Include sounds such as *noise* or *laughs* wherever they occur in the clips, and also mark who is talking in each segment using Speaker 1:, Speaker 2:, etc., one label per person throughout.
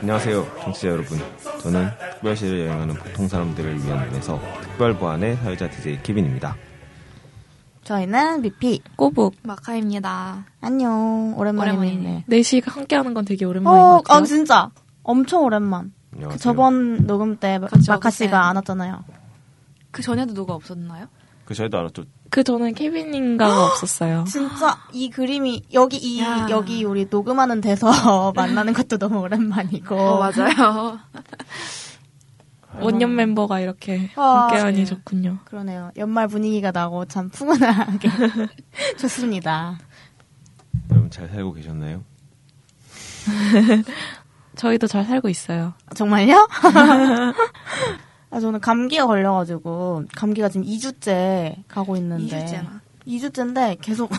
Speaker 1: 안녕하세요, 청취자 여러분. 저는 특별시를 여행하는 보통 사람들을 위한 눈에서 특별 보안의 사회자 DJ 케빈입니다.
Speaker 2: 저희는 미피 꼬북
Speaker 3: 마카입니다.
Speaker 2: 안녕 오랜만이네.
Speaker 3: 오랜만이네. 넷이 함께하는 건 되게 오랜만인
Speaker 2: 어,
Speaker 3: 것
Speaker 2: 어
Speaker 3: 같아요.
Speaker 2: 진짜 엄청 오랜만. 그
Speaker 1: 안녕하세요.
Speaker 2: 저번 녹음 때
Speaker 3: 그쵸,
Speaker 2: 마카
Speaker 3: 그때.
Speaker 2: 씨가 안 왔잖아요.
Speaker 3: 그 전에도 누가 없었나요?
Speaker 1: 그 저희도 알았죠.
Speaker 4: 그 저는 케빈인가가 없었어요.
Speaker 2: 진짜 이 그림이 여기 이
Speaker 3: 야.
Speaker 2: 여기 우리 녹음하는 데서 *laughs* 만나는 것도 너무 오랜만이고.
Speaker 3: 어. *laughs* 맞아요.
Speaker 4: 원년 멤버가 이렇게
Speaker 2: 아,
Speaker 4: 함께하니
Speaker 3: 네.
Speaker 4: 좋군요.
Speaker 2: 그러네요. 연말 분위기가 나고 참 풍은하게 *laughs* 좋습니다.
Speaker 1: 여러분 잘 살고 계셨나요?
Speaker 4: 저희도 잘 살고 있어요.
Speaker 2: 정말요? *laughs* 아, 저는 감기가 걸려가지고 감기가 지금 2주째 가고 있는데
Speaker 3: 2주째나.
Speaker 2: 2주째인데
Speaker 3: *laughs*
Speaker 2: 계속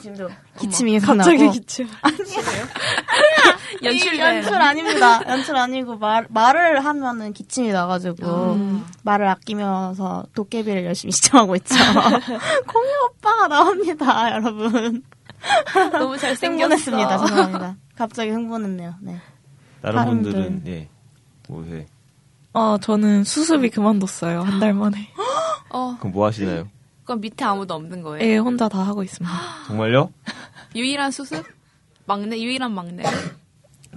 Speaker 2: 지금도 기침이 계속 나고
Speaker 4: 기침.
Speaker 2: 이 연출 아닙니다. 연출 아니고 말, 말을 하면은 기침이 나가지고
Speaker 3: 아.
Speaker 2: 말을 아끼면서 도깨비를 열심히 *laughs* 시청하고
Speaker 3: *laughs*
Speaker 2: 있죠. 공유 오빠가 나옵니다, 여러분.
Speaker 3: 너무 잘생겼어.
Speaker 2: 흥분했습니다. 죄송합니다. 갑자기 흥분했네요. 네.
Speaker 1: 다른
Speaker 2: 다른
Speaker 1: 분들은 예, 뭐 해?
Speaker 4: 어, 저는 수습이 그만뒀어요. 한 달 만에.
Speaker 3: 어,
Speaker 1: 그럼 뭐 하시나요?
Speaker 3: 그럼 밑에 아무도 없는 거예요.
Speaker 4: 애 혼자 다 하고 있습니다.
Speaker 1: 정말요?
Speaker 3: 유일한 수습? 막내, 유일한 막내.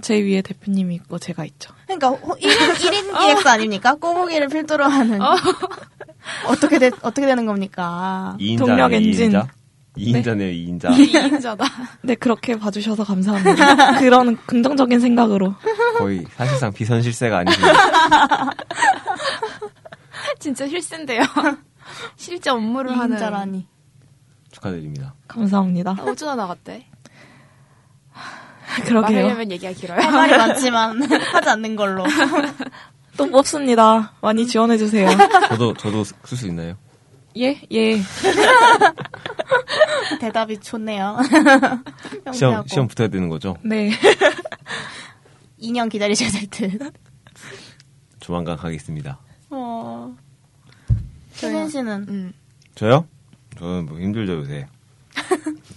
Speaker 4: 제 위에 대표님이 있고 제가 있죠.
Speaker 2: 그러니까 1인,
Speaker 3: *laughs* 어.
Speaker 2: 1인 기획사 아닙니까? 꼬부기를 필두로 하는. 어. 떻게 되, *laughs* 어떻게 되는 겁니까?
Speaker 1: 2인자
Speaker 4: 동력 엔진.
Speaker 1: 2인자? 2인자네요, 2인자.
Speaker 3: 2인자다. *laughs*
Speaker 4: 네, 그렇게 봐주셔서 감사합니다. 그런 긍정적인 생각으로.
Speaker 1: 거의 사실상 비선실세가 아니고
Speaker 3: 진짜 실세인데요. 실제 업무를 하는.
Speaker 2: 2인자라니.
Speaker 1: 축하드립니다.
Speaker 4: 감사합니다.
Speaker 3: 아, 어쩌다 나갔대?
Speaker 4: 그러게요.
Speaker 3: 말하려면 얘기가 길어요.
Speaker 2: 할 *laughs* 말이 많지만 하지 않는
Speaker 3: *laughs*
Speaker 2: 걸로.
Speaker 4: 또 뽑습니다. 많이 지원해주세요.
Speaker 1: 저도 저도 쓸 수 있나요?
Speaker 4: 예, 예.
Speaker 2: 대답이 좋네요.
Speaker 1: *laughs* 시험
Speaker 2: 명쾌하고.
Speaker 1: 시험 붙어야 되는 거죠?
Speaker 4: 네.
Speaker 2: 2년 기다리셔야 될 듯.
Speaker 1: 조만간 가겠습니다.
Speaker 2: 어. 혜진 씨는?
Speaker 3: 음.
Speaker 1: 저요? 저는 뭐 힘들죠 요새.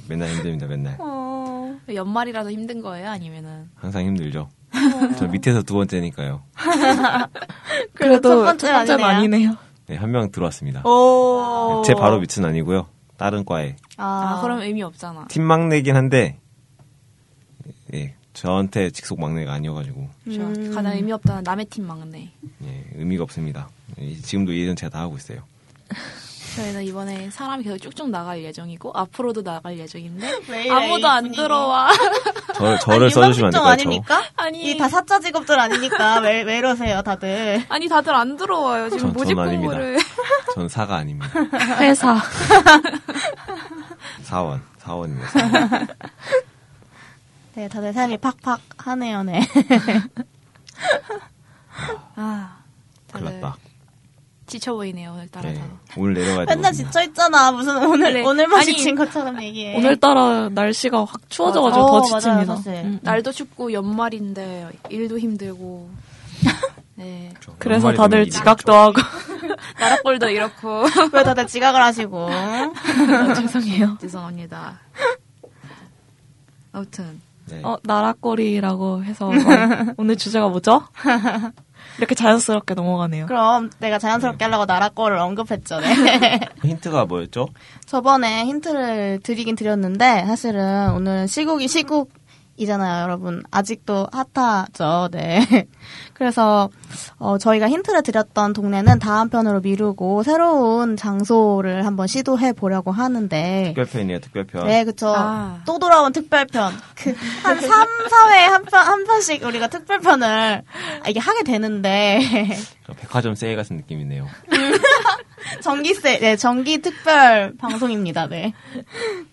Speaker 1: 맨날 힘듭니다 맨날.
Speaker 2: 어.
Speaker 3: 연말이라서 힘든 거예요? 아니면은?
Speaker 1: 항상 힘들죠. 저 밑에서 두 번째니까요.
Speaker 2: 첫
Speaker 4: 그래도 첫
Speaker 2: 번째는
Speaker 4: 번째는
Speaker 2: 아니네요.
Speaker 4: 아니네요.
Speaker 1: 네, 한 명 들어왔습니다.
Speaker 2: 오.
Speaker 1: 제 바로 밑은 아니고요. 다른 과에
Speaker 2: 아,
Speaker 3: 아, 그럼 의미 없잖아.
Speaker 1: 팀 막내긴 한데 예, 저한테 직속 막내가 아니어가지고
Speaker 3: 그렇죠? 가장 의미 없다는 남의 팀 막내.
Speaker 1: 예, 의미가 없습니다. 예, 지금도 예전 제가 다 하고 있어요.
Speaker 3: 저희는 이번에 사람이 계속 쭉쭉 나갈 예정이고 앞으로도 나갈 예정인데
Speaker 2: 왜 이래,
Speaker 3: 아무도
Speaker 2: 이
Speaker 3: 안
Speaker 2: 분위기.
Speaker 3: 들어와.
Speaker 1: 저, 저를 써주시면 안 될까요? 저?
Speaker 2: 아닙니까?
Speaker 3: 아니.
Speaker 2: 이다 사짜 직업들 아니니까 왜, 왜 이러세요 다들?
Speaker 3: 아니 다들 안 들어와요. 지금
Speaker 1: 전-
Speaker 3: 모집
Speaker 1: 전 아닙니다.
Speaker 3: 공고를.
Speaker 1: 전 사가 아닙니다.
Speaker 4: 회사.
Speaker 1: *laughs* 사원, 사원입니다. 사원.
Speaker 2: 네, 다들 삶이 팍팍 하네요, *laughs* 네.
Speaker 3: *laughs* 아,
Speaker 1: 큰일
Speaker 3: 다들
Speaker 1: 났다.
Speaker 3: 지쳐 보이네요 오늘따라.
Speaker 1: 예,
Speaker 3: 다.
Speaker 1: 오늘 내려가야 되거든요.
Speaker 2: 맨날 지쳐 있잖아. 무슨 오늘
Speaker 3: 그래.
Speaker 2: 오늘만
Speaker 3: 네. 아니,
Speaker 2: 지친 것처럼 얘기해.
Speaker 4: 네. 오늘따라 날씨가 확 추워져가지고
Speaker 2: 맞아.
Speaker 4: 더
Speaker 2: 어,
Speaker 4: 지칩니다.
Speaker 2: 맞아요, 사실.
Speaker 4: 음.
Speaker 3: 네. 날도 춥고 연말인데 일도 *laughs* 힘들고. 네.
Speaker 1: 저
Speaker 4: 그래서
Speaker 1: 연말이 되면
Speaker 4: 다들
Speaker 1: 일이
Speaker 4: 지각도
Speaker 1: 없죠.
Speaker 4: 하고
Speaker 3: 나락골도 이렇고. *laughs*
Speaker 2: 왜 다들 지각을 하시고?
Speaker 3: 아,
Speaker 4: 죄송해요.
Speaker 3: *laughs* 죄송합니다. 아무튼
Speaker 1: 네.
Speaker 4: 어 나락거리라고 *laughs* 해서 오늘- 오늘 주제가 뭐죠? 이렇게 자연스럽게 넘어가네요.
Speaker 2: 그럼 내가 자연스럽게 하려고 나라 거를 언급했죠. 네. *laughs*
Speaker 1: 힌트가 뭐였죠?
Speaker 2: 저번에 힌트를 드리긴 드렸는데 사실은 오늘 시국이 시국이잖아요, 여러분. 아직도 핫하죠. 네. *laughs* 그래서 어, 저희가 힌트를 드렸던 동네는 다음 편으로 미루고 새로운 장소를 한번 시도해 보려고 하는데
Speaker 1: 특별편이에요, 특별편.
Speaker 2: 네, 그쵸.
Speaker 3: 아.
Speaker 2: 또 돌아온 특별편. 그, 한 3, 4회 한 편, 한 편씩 우리가 특별편을, 아, 이게 하게 되는데, *laughs*
Speaker 1: 저 백화점 세일 같은 느낌이네요.
Speaker 2: 정기세, 네, 정기 특별 방송입니다, 네.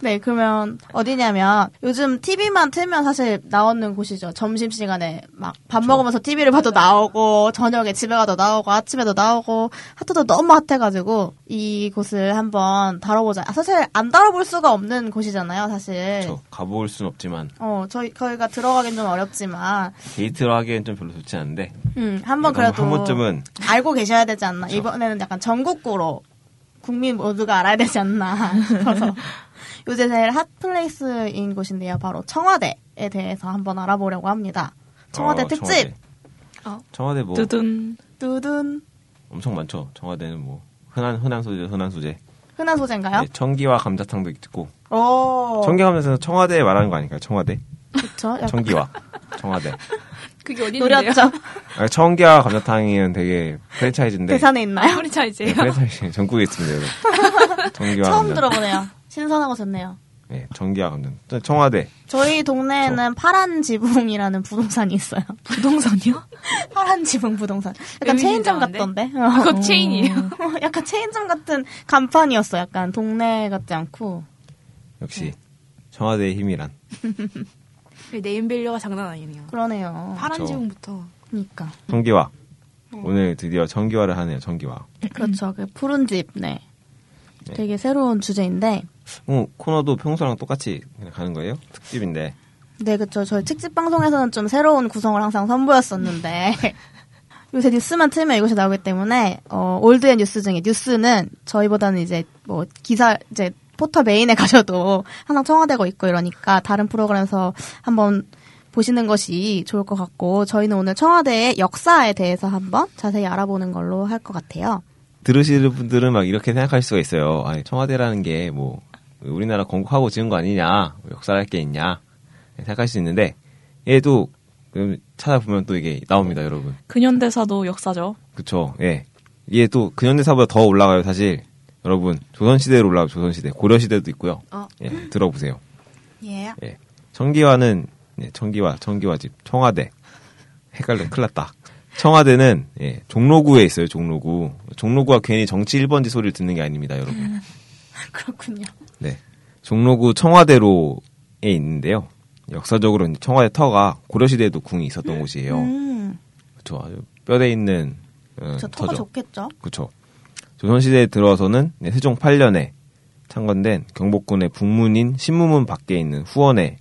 Speaker 2: 네, 그러면 어디냐면, 요즘 TV만 틀면 사실 나오는 곳이죠. 점심시간에 막 밥 먹으면서 TV를 봐도 나오고, 저녁에 집에 가도 나오고, 아침에도 나오고, 하트도 너무 핫해가지고, 이곳을 한번 다뤄보자. 아, 사실 안 다뤄볼 수가 없는 곳이잖아요, 사실.
Speaker 1: 저 가볼 순 없지만
Speaker 2: 어, 저희, 저희가 들어가긴 좀 어렵지만,
Speaker 1: 데이트로 하기엔 좀 별로 좋지 않은데
Speaker 2: 음, 한번
Speaker 1: 약간
Speaker 2: 그래도.
Speaker 1: 그러니까 뭐 한 번쯤은
Speaker 2: 알고 계셔야 되지 않나.
Speaker 1: 그쵸.
Speaker 2: 이번에는 약간 전국구로 국민 모두가 알아야 되지 않나 *laughs* 싶어서. 요새 제일 핫플레이스인 곳인데요. 바로 청와대에 대해서 한번 알아보려고 합니다. 청와대
Speaker 1: 어,
Speaker 2: 특집.
Speaker 1: 청와대.
Speaker 3: 어.
Speaker 1: 청와대 뭐
Speaker 4: 두둔.
Speaker 2: 두둔.
Speaker 1: 엄청 많죠. 청와대는 뭐 흔한 흔한 소재 흔한 소재.
Speaker 2: 흔한 소재인가요?
Speaker 1: 네, 청기와 감자탕도 있고
Speaker 2: 오.
Speaker 1: 청기 감자탕은 청와대 말하는 거 아닐까요? 청와대
Speaker 2: 그쵸? 약간
Speaker 1: 청기와 청와대.
Speaker 3: 그게 어디 있는데요?
Speaker 2: 노렸죠?
Speaker 1: 아, 청기와 감자탕이는 되게 프랜차이즈인데
Speaker 2: 대산에 있나요?
Speaker 3: *laughs* 우리 차이지.
Speaker 1: 네,
Speaker 3: 요
Speaker 1: 프랜차이즈 전국에 있습니다. 여러분. 청기와
Speaker 2: 그 *laughs* 처음
Speaker 1: 감자탕.
Speaker 2: 들어보네요. 신선하고 좋네요.
Speaker 1: 네, 청기와 감자탕. 청와대
Speaker 2: 저희 동네에는 파란 지붕이라는 부동산이 있어요.
Speaker 4: 부동산이요?
Speaker 2: 파란 지붕 부동산. 약간
Speaker 3: 의미
Speaker 2: 체인점
Speaker 3: 이상한데?
Speaker 2: 같던데?
Speaker 3: 아, *laughs* 그거 체인이에요.
Speaker 2: 어, 약간 체인점 같은 간판이었어. 약간 동네 같지 않고. 네.
Speaker 1: 역시 청와대의 힘이란.
Speaker 3: 네임밸류가 장난 아니네요.
Speaker 2: 그러네요.
Speaker 1: 그렇죠.
Speaker 3: 파란 지붕부터.
Speaker 2: 그러니까.
Speaker 1: 청기와 오늘 드디어 청기화를 하네요. 청기화.
Speaker 2: 그렇죠. 그 푸른 집. 네. 되게 새로운 주제인데.
Speaker 1: 어, 코너도 평소랑 똑같이 그냥 가는 거예요? 특집인데.
Speaker 2: 네, 그렇죠. 저희 특집 방송에서는 좀 새로운 구성을 항상 선보였었는데. *laughs* 요새 뉴스만 틀면 이것이 나오기 때문에 어, 올드의 뉴스 중에 뉴스는 저희보다는 이제 뭐 기사 이제 포털 메인에 가셔도 항상 청와대고 있고 이러니까 다른 프로그램에서 한번 보시는 것이 좋을 것 같고 저희는 오늘 청와대의 역사에 대해서 한번 자세히 알아보는 걸로 할 것 같아요.
Speaker 1: 들으시는 분들은 막 이렇게 생각할 수가 있어요. 아니, 청와대라는 게 뭐, 우리나라 건국하고 지은 거 아니냐, 뭐 역사할 게 있냐, 네, 생각할 수 있는데, 얘도, 음, 찾아보면 또 이게 나옵니다, 여러분.
Speaker 4: 근현대사도 역사죠.
Speaker 1: 그쵸, 예. 이게 또 근현대사보다 더 올라가요, 사실. 여러분, 조선시대로 올라가요, 조선시대. 고려시대도 있고요.
Speaker 3: 어.
Speaker 1: 예, 들어보세요.
Speaker 2: 예.
Speaker 1: 예. 청기화는 예, 청기화, 청기화집, 청와대. 헷갈려, 큰일 났다. 청와대는 예, 종로구에 있어요, 종로구. 종로구가 괜히 정치 1번지 소리를 듣는 게 아닙니다,
Speaker 2: *laughs*
Speaker 1: 여러분.
Speaker 2: 그렇군요.
Speaker 1: 네. 종로구 청와대로에 있는데요. 역사적으로 이제 청와대 터가 고려시대에도 궁이 있었던 곳이에요.
Speaker 2: 음,
Speaker 1: 그쵸, 아주 뼈대 있는 어,
Speaker 2: 저 터가
Speaker 1: 터죠.
Speaker 2: 좋겠죠.
Speaker 1: 그렇죠. 조선시대에 들어서는 네, 세종 8년에 창건된 경복궁의 북문인 신무문 밖에 있는 후원에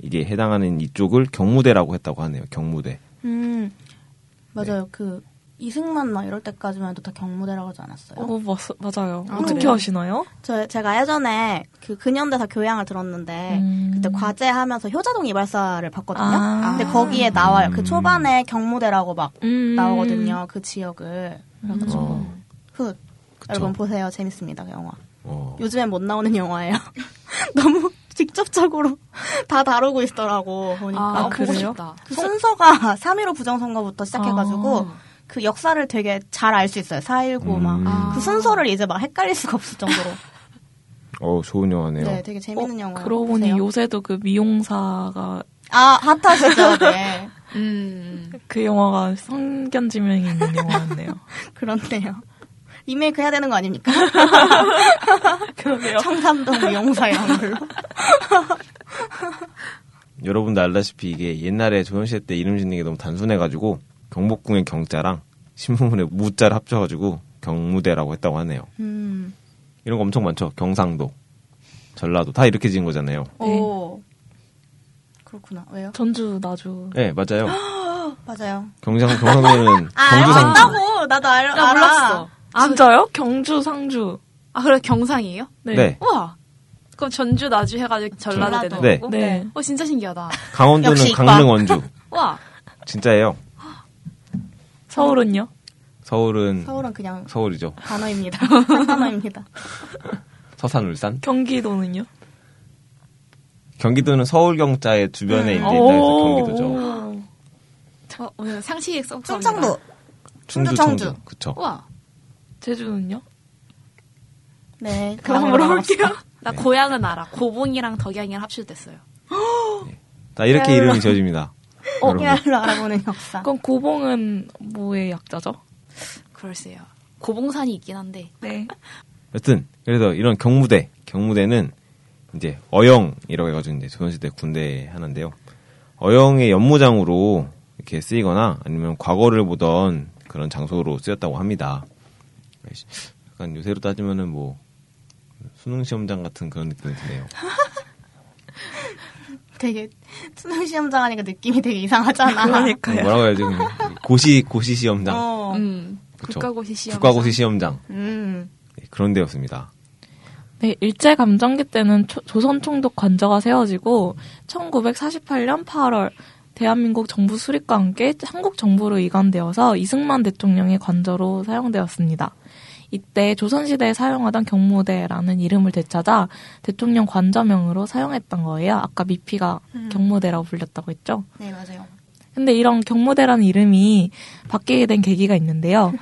Speaker 1: 이게 해당하는 이쪽을 경무대라고 했다고 하네요. 경무대.
Speaker 2: 음, 맞아요. 그 이승만 막 이럴 때까지만 해도 다 경무대라고 하지 않았어요?
Speaker 4: 어, 맞, 맞아요.
Speaker 3: 아,
Speaker 4: 어떻게
Speaker 3: 그래요?
Speaker 4: 하시나요?
Speaker 2: 저 제가 예전에 그 근현대사 교양을 들었는데
Speaker 4: 음.
Speaker 2: 그때 과제하면서 효자동 이발사를 봤거든요.
Speaker 4: 아.
Speaker 2: 근데 거기에 나와요. 그
Speaker 1: 음.
Speaker 2: 초반에 경무대라고 막
Speaker 4: 음.
Speaker 2: 나오거든요. 그 지역을. 그래가지고
Speaker 1: 어,
Speaker 2: 그
Speaker 1: 그쵸.
Speaker 2: 음. 여러분 보세요. 재밌습니다. 그 영화.
Speaker 1: 어,
Speaker 2: 요즘엔 못 나오는 영화예요. *laughs* 너무 직접적으로 *laughs* 다 다루고 있더라고 보니까.
Speaker 4: 아,
Speaker 3: 아, 보고
Speaker 4: 그래요?
Speaker 3: 싶다.
Speaker 2: 그 순서가 *laughs* 3.15 부정선거부터 시작해가지고
Speaker 3: 아.
Speaker 2: 그 역사를 되게 잘 알 수 있어요. 4.19
Speaker 1: 음.
Speaker 2: 막.
Speaker 3: 아.
Speaker 2: 그 순서를 이제 막 헷갈릴 수가 없을 정도로.
Speaker 1: 어, 좋은 영화네요.
Speaker 2: 네, 되게 재밌는 영화.
Speaker 4: 어, 그러고 보니 요새도 그 미용사가
Speaker 2: 아, 핫하시죠, 네. *laughs*
Speaker 3: 음.
Speaker 4: 그 영화가 성견지명이 *laughs* 있는 영화였네요.
Speaker 2: 그렇네요. 리메이크 해야 되는 거 아닙니까?
Speaker 4: 그러게요.
Speaker 2: 청담동 미용사 이런 걸로.
Speaker 1: 여러분도 알다시피 이게 옛날에 조선시대 때 이름 짓는 게 너무 단순해가지고 경복궁의 경자랑 신무문의 무자를 합쳐가지고 경무대라고 했다고 하네요.
Speaker 2: 음.
Speaker 1: 이런 거 엄청 많죠. 경상도, 전라도 다 이렇게 지은 거잖아요.
Speaker 2: 오. 그렇구나. 왜요?
Speaker 4: 전주 나주.
Speaker 1: 네, 맞아요.
Speaker 2: 맞아요.
Speaker 1: 경상 경상도는
Speaker 2: *laughs* 아,
Speaker 1: 경주상주.
Speaker 2: 알았다고! 나도 알,
Speaker 3: 나
Speaker 2: 알아.
Speaker 3: 몰랐어. 아, 그,
Speaker 4: 진짜요? 경주 상주.
Speaker 3: 아, 그래, 경상이에요?
Speaker 4: 네.
Speaker 1: 네.
Speaker 3: 우와. 그럼 전주 나주 해가지고 전라도
Speaker 2: 전라도.
Speaker 3: 되는
Speaker 1: 네.
Speaker 3: 거고?
Speaker 4: 네.
Speaker 3: 어, 진짜 신기하다.
Speaker 1: 강원도는
Speaker 2: 역시 이과.
Speaker 1: 강릉
Speaker 2: *laughs*
Speaker 1: 원주.
Speaker 3: 우와.
Speaker 1: 진짜예요.
Speaker 4: 서울은요?
Speaker 1: 서울은
Speaker 2: 서울은 그냥
Speaker 1: 서울... 이죠
Speaker 2: 단어입니다. 한 단어입니다.
Speaker 1: 서산 울산.
Speaker 4: 경기도는요?
Speaker 1: 경기도는 서울 경자의
Speaker 2: 음.
Speaker 1: 주변에 이제 있다 해서 네, 경기도죠.
Speaker 4: 오.
Speaker 3: 저 어, 오늘 상식 썩
Speaker 2: 충청도.
Speaker 1: 충주
Speaker 2: 충주,
Speaker 1: 청주.
Speaker 2: 청주.
Speaker 1: 그쵸.
Speaker 3: 우와.
Speaker 4: 제주는요?
Speaker 2: 네.
Speaker 3: 그만
Speaker 2: 다음으로
Speaker 3: 물어볼게요.
Speaker 2: 넘어갑시다.
Speaker 3: *laughs* 나 고향은 알아. 고봉이랑 덕양이랑 합실됐어요.
Speaker 1: 자 이렇게
Speaker 2: 야,
Speaker 1: 이름이 지어집니다. 여러분.
Speaker 2: 오케아를 *laughs* 알아보는 역사.
Speaker 4: 그럼 고봉은 뭐의 약자죠?
Speaker 3: 그럴세요. 고봉산이 있긴 한데.
Speaker 4: 네.
Speaker 1: 여튼 그래서 이런 경무대, 경무대는 이제 어영이라고 해가지고 이제 조선시대 군대 하는데요. 어영의 연무장으로 이렇게 쓰이거나 아니면 과거를 보던 그런 장소로 쓰였다고 합니다. 약간 요새로 따지면은 뭐 수능 시험장 같은 그런 느낌이 드네요.
Speaker 2: 되게 수능 시험장 하니까 느낌이 되게 이상하잖아.
Speaker 4: 그러니까요.
Speaker 1: 뭐라고 해야지 그냥 고시 고시 시험장,
Speaker 2: 어.
Speaker 3: 음.
Speaker 1: 그쵸.
Speaker 3: 국가고시 시험.
Speaker 1: 국가고시 시험장
Speaker 2: 음.
Speaker 1: 예, 그런 데였습니다.
Speaker 4: 네, 일제 감정기 때는 초- 조선 총독 관저가 세워지고 1948년 8월 대한민국 정부 수립과 함께 한국 정부로 이관되어서 이승만 대통령의 관저로 사용되었습니다. 이때 조선시대에 사용하던 경무대라는 이름을 되찾아 대통령 관저명으로 사용했던 거예요. 아까 미피가
Speaker 2: 음.
Speaker 4: 경무대라고 불렸다고 했죠.
Speaker 2: 네, 맞아요.
Speaker 4: 근데 이런 경무대라는 이름이 바뀌게 된 계기가 있는데요.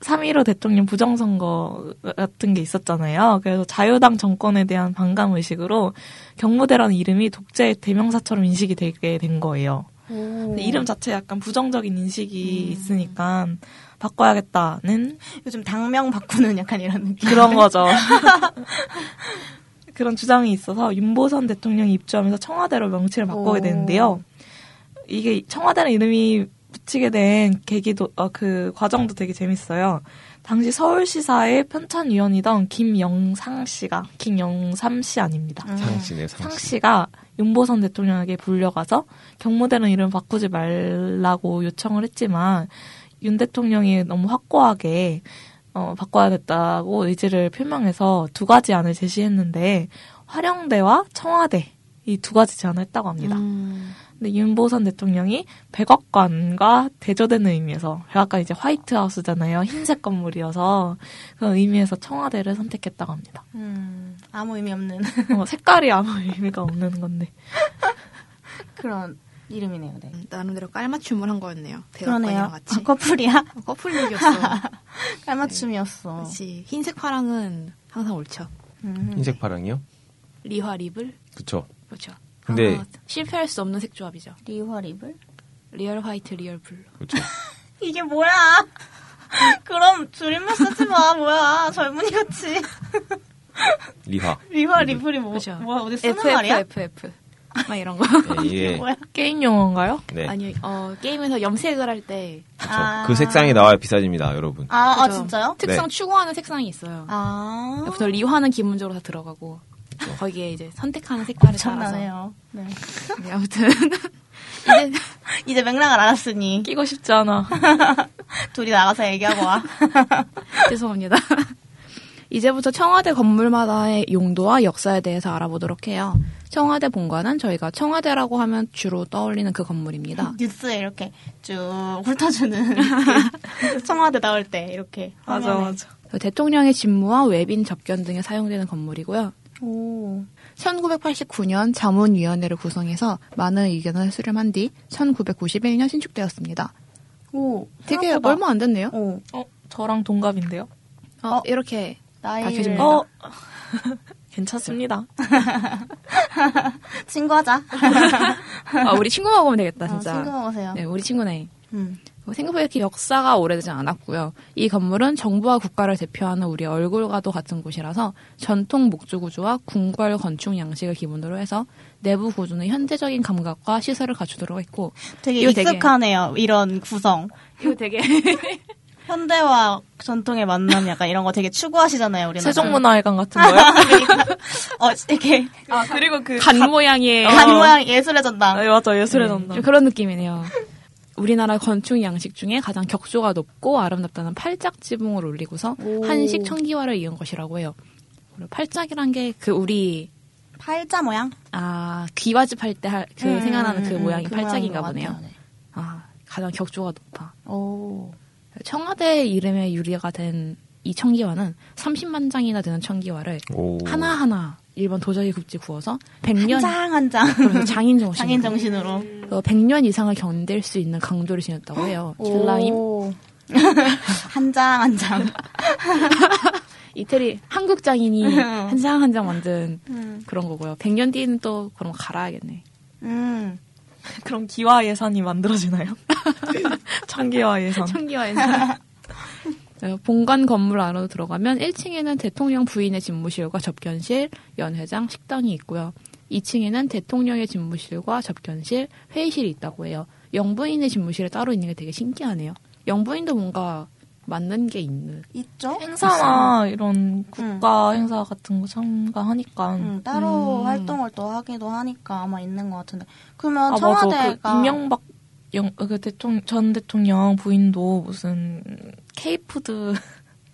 Speaker 4: 3.15 대통령 부정선거 같은 게 있었잖아요. 그래서 자유당 정권에 대한 반감 의식으로 경무대라는 이름이 독재 대명사처럼 인식이 되게 된 거예요. 근데 이름 자체 약간 부정적인 인식이 있으니까 바꿔야겠다는
Speaker 2: 요즘 당명 바꾸는 약간 이런 느낌.
Speaker 4: 그런 거죠. 음. *laughs* 그런 주장이 있어서 윤보선 대통령이 입주하면서 청와대로 명칭을 바꾸게
Speaker 2: 오.
Speaker 4: 되는데요. 이게 청와대는 이름이 붙이게 된 계기도 어, 그 과정도 되게 재밌어요. 당시 서울시사의 편찬위원이던 김영상 씨가 김영삼 씨 아닙니다.
Speaker 2: 음.
Speaker 1: 상씨네 상씨.
Speaker 4: 상씨가 윤보선 대통령에게 불려가서 경무대는 이름 바꾸지 말라고 요청을 했지만 윤 대통령이 너무 확고하게 어, 바꿔야겠다고 의지를 표명해서 두 가지 안을 제시했는데 화령대와 청와대 이 두 가지 제안을 했다고 합니다.
Speaker 3: 음.
Speaker 4: 근데 윤보선 대통령이 백악관과 대조되는 의미에서 백악관 이제 화이트하우스잖아요 흰색 건물이어서 그런 의미에서 청와대를 선택했다고 합니다.
Speaker 2: 음, 아무 의미 없는
Speaker 4: 어, 색깔이 아무 의미가 없는 건데
Speaker 2: 그런 이름이네요. 네.
Speaker 3: 나름대로 깔맞춤을 한 거였네요.
Speaker 2: 그러네요.
Speaker 3: 대각관이랑 같이.
Speaker 2: 아, 커플이야?
Speaker 3: 어, 커플 *laughs* 얘기였어.
Speaker 2: 깔맞춤이었어.
Speaker 3: 네, 그렇지. 흰색 파랑은 항상 옳죠.
Speaker 2: 음.
Speaker 1: 흰색 파랑이요?
Speaker 3: 리화 립을
Speaker 1: 그쵸.
Speaker 3: 그렇죠.
Speaker 1: 근데-
Speaker 3: 아, 실패할 수 없는 색 조합이죠.
Speaker 2: 리화립을?
Speaker 3: 리얼 화이트, 리얼 블루.
Speaker 1: 그쵸.
Speaker 2: 이게 뭐야? *laughs* 그럼 줄임말 쓰지 마. 뭐야. 젊은이 같이.
Speaker 1: 리화.
Speaker 2: 리화립을이 뭐,
Speaker 3: 그렇죠.
Speaker 2: 뭐야. 어디 쓰는
Speaker 3: FF,
Speaker 2: 말이야? 아.
Speaker 3: FF. 막 이런 거.
Speaker 1: 네, 이게
Speaker 2: 뭐야?
Speaker 4: 게임 용어인가요?
Speaker 1: 네.
Speaker 3: 아니, 어, 게임에서 염색을 할 때
Speaker 1: 그쵸.
Speaker 2: 아.
Speaker 1: 그 색상이 나와야 비싸집니다, 여러분.
Speaker 2: 아, 아
Speaker 3: 그죠.
Speaker 2: 진짜요?
Speaker 3: 특성
Speaker 1: 네.
Speaker 3: 추구하는 색상이 있어요.
Speaker 2: 아.
Speaker 3: 보통 리화는 기본적으로 다 들어가고 거기에 이제 선택하는 색깔에 따라서
Speaker 2: 엄청나네요. 네.
Speaker 3: 네, 아무튼 *laughs* 이제
Speaker 2: 이제 맥락을 알았으니
Speaker 4: 끼고 싶지 않아.
Speaker 2: *laughs* 둘이 나가서 얘기하고 와.
Speaker 3: 죄송합니다. 이제부터 청와대 건물마다의 용도와 역사에 대해서 알아보도록 해요. 청와대 본관은 저희가 청와대라고 하면 주로 떠올리는 그 건물입니다.
Speaker 2: 뉴스에 이렇게 쭉 훑어주는 그 *laughs* 청와대 나올 때 이렇게
Speaker 4: 맞아
Speaker 2: 화면에.
Speaker 4: 맞아.
Speaker 3: 대통령의 집무와 외빈 접견 등에 사용되는 건물이고요.
Speaker 2: 오
Speaker 3: 1989년 자문위원회를 구성해서 많은 의견을 수렴한 뒤 1991년 신축되었습니다.
Speaker 2: 오,
Speaker 3: 되게
Speaker 2: 생각보다.
Speaker 3: 얼마 안 됐네요.
Speaker 2: 오,
Speaker 4: 어 저랑 동갑인데요.
Speaker 3: 어,
Speaker 2: 어.
Speaker 3: 이렇게
Speaker 2: 나이를
Speaker 3: 밝혀집니다.
Speaker 4: 어 *laughs* 네, 괜찮습니다.
Speaker 2: 친구하자.
Speaker 3: 아, 우리 친구 먹으면 되겠다,
Speaker 2: 어,
Speaker 3: 진짜.
Speaker 2: 친구 먹으세요.
Speaker 3: 네, 우리 친구네. 뭐
Speaker 2: 음.
Speaker 3: 생각보다 이렇게 역사가 오래되지 않았고요. 이 건물은 정부와 국가를 대표하는 우리 얼굴과도 같은 곳이라서 전통 목조 구조와 궁궐 건축 양식을 기본으로 해서 내부 구조는 현대적인 감각과 시설을 갖추도록 했고
Speaker 2: 되게
Speaker 3: 이거 되게-
Speaker 2: 익숙하네요. 이런 구성.
Speaker 3: 이거 되게
Speaker 2: *laughs* 현대와 전통의 만남 약간 이런 거 되게 추구하시잖아요. 우리나라.
Speaker 4: 세종문화회관 같은 거요?
Speaker 2: *laughs* 어, 이렇게
Speaker 4: 아 그리고 그
Speaker 3: 간 모양이에요.
Speaker 2: 간 모양 예술의 전당.
Speaker 4: 아, 맞아 예술의 전당.
Speaker 3: 좀 그런 느낌이네요. 우리나라 건축 양식 중에 가장 격조가 높고 아름답다는 팔짝 지붕을 올리고서
Speaker 2: 오.
Speaker 3: 한식 청기화를 이은 것이라고 해요. 그리고 팔짝이란 게 그 우리
Speaker 2: 팔자 모양.
Speaker 3: 아 귀와집 할 때 그
Speaker 2: 음,
Speaker 3: 생각나는 그
Speaker 2: 음,
Speaker 3: 모양이
Speaker 2: 그
Speaker 3: 팔짝인가
Speaker 2: 모양인
Speaker 3: 보네요.
Speaker 2: 것 같아요.
Speaker 3: 아 가장 격조가 높아.
Speaker 2: 네. 오.
Speaker 3: 청와대 이름에 유리가 된 이 청기화는 30만 장이나 되는 청기화를
Speaker 1: 오.
Speaker 3: 하나하나 일반 도자기 굽지 구워서
Speaker 2: 한
Speaker 3: 100년
Speaker 2: 장 한 장.
Speaker 3: 그러면서 장인
Speaker 2: *laughs*
Speaker 3: 정신
Speaker 2: 장인 정신으로.
Speaker 3: 어, 100년 이상을 견딜 수 있는 강도를 지녔다고 해요.
Speaker 4: 그
Speaker 3: 길라임
Speaker 2: 한 장 한 장.
Speaker 3: 이태리 한국
Speaker 2: *laughs*
Speaker 3: 장인이 한 장 한 장 만든
Speaker 2: 음.
Speaker 3: 그런 거고요. 100년 뒤에는 또 그런 거 갈아야겠네.
Speaker 2: 음.
Speaker 4: 그럼 기화 예산이 *laughs* 만들어지나요? 장기화 예산.
Speaker 3: 청기화에서
Speaker 2: *laughs*
Speaker 3: 어, 본관 건물 안으로 들어가면 1층에는 대통령 부인의 집무실과 접견실, 연회장, 식당이 있고요. 2층에는 대통령의 집무실과 접견실, 회의실이 있다고 해요. 영부인의 집무실에 따로 있는 게 되게 신기하네요. 영부인도 뭔가 맞는 게 있는.
Speaker 2: 있죠?
Speaker 4: 행사나 이런 국가 행사 같은 거 참가하니까
Speaker 2: 음, 따로
Speaker 3: 음.
Speaker 2: 활동을 또 하기도 하니까 아마 있는 것 같은데. 그러면
Speaker 4: 아 맞아 그
Speaker 2: 청와대가
Speaker 4: 임명박 영, 그 대통령 전 대통령 부인도 무슨 케이푸드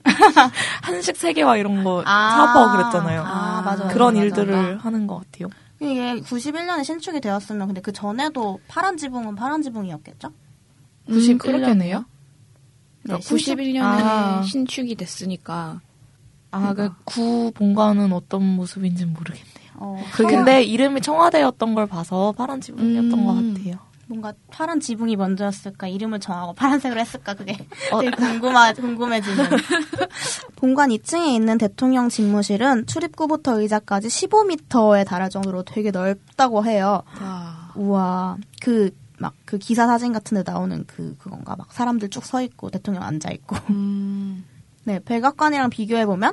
Speaker 4: *laughs* 한식 세계화 이런 거
Speaker 2: 아.
Speaker 4: 사업하고 그랬잖아요.
Speaker 2: 아, 맞아. 맞아,
Speaker 4: 그런
Speaker 2: 맞아.
Speaker 4: 일들을 하는 것 같아요.
Speaker 2: 이게 91년에 신축이 되었으면 근데 그 전에도 파란 지붕은 파란 지붕이었겠죠?
Speaker 4: 음, 그렇겠네요.
Speaker 2: 네,
Speaker 3: 그러니까
Speaker 2: 신축-
Speaker 3: 91년에
Speaker 4: 아.
Speaker 3: 신축이 됐으니까
Speaker 4: 아, 그 구 본관은 어떤 모습인지 는 모르겠네요.
Speaker 2: 어,
Speaker 4: 그 근데 이름이 청와대였던 걸 봐서 파란 지붕이었던
Speaker 3: 음.
Speaker 4: 것 같아요.
Speaker 2: 뭔가 파란 지붕이 먼저였을까 이름을 정하고 파란색으로 했을까 그게
Speaker 4: 어.
Speaker 2: 되게 궁금하 궁금해지는 *laughs* 본관 2층에 있는 대통령 집무실은 출입구부터 의자까지 15m에 달할 정도로 되게 넓다고 해요.
Speaker 3: 와.
Speaker 2: 우와 그 막 그 기사 사진 같은데 나오는 그 그건가 막 사람들 쭉 서 있고 대통령 앉아 있고 *laughs*
Speaker 3: 음.
Speaker 2: 네, 백악관이랑 비교해보면,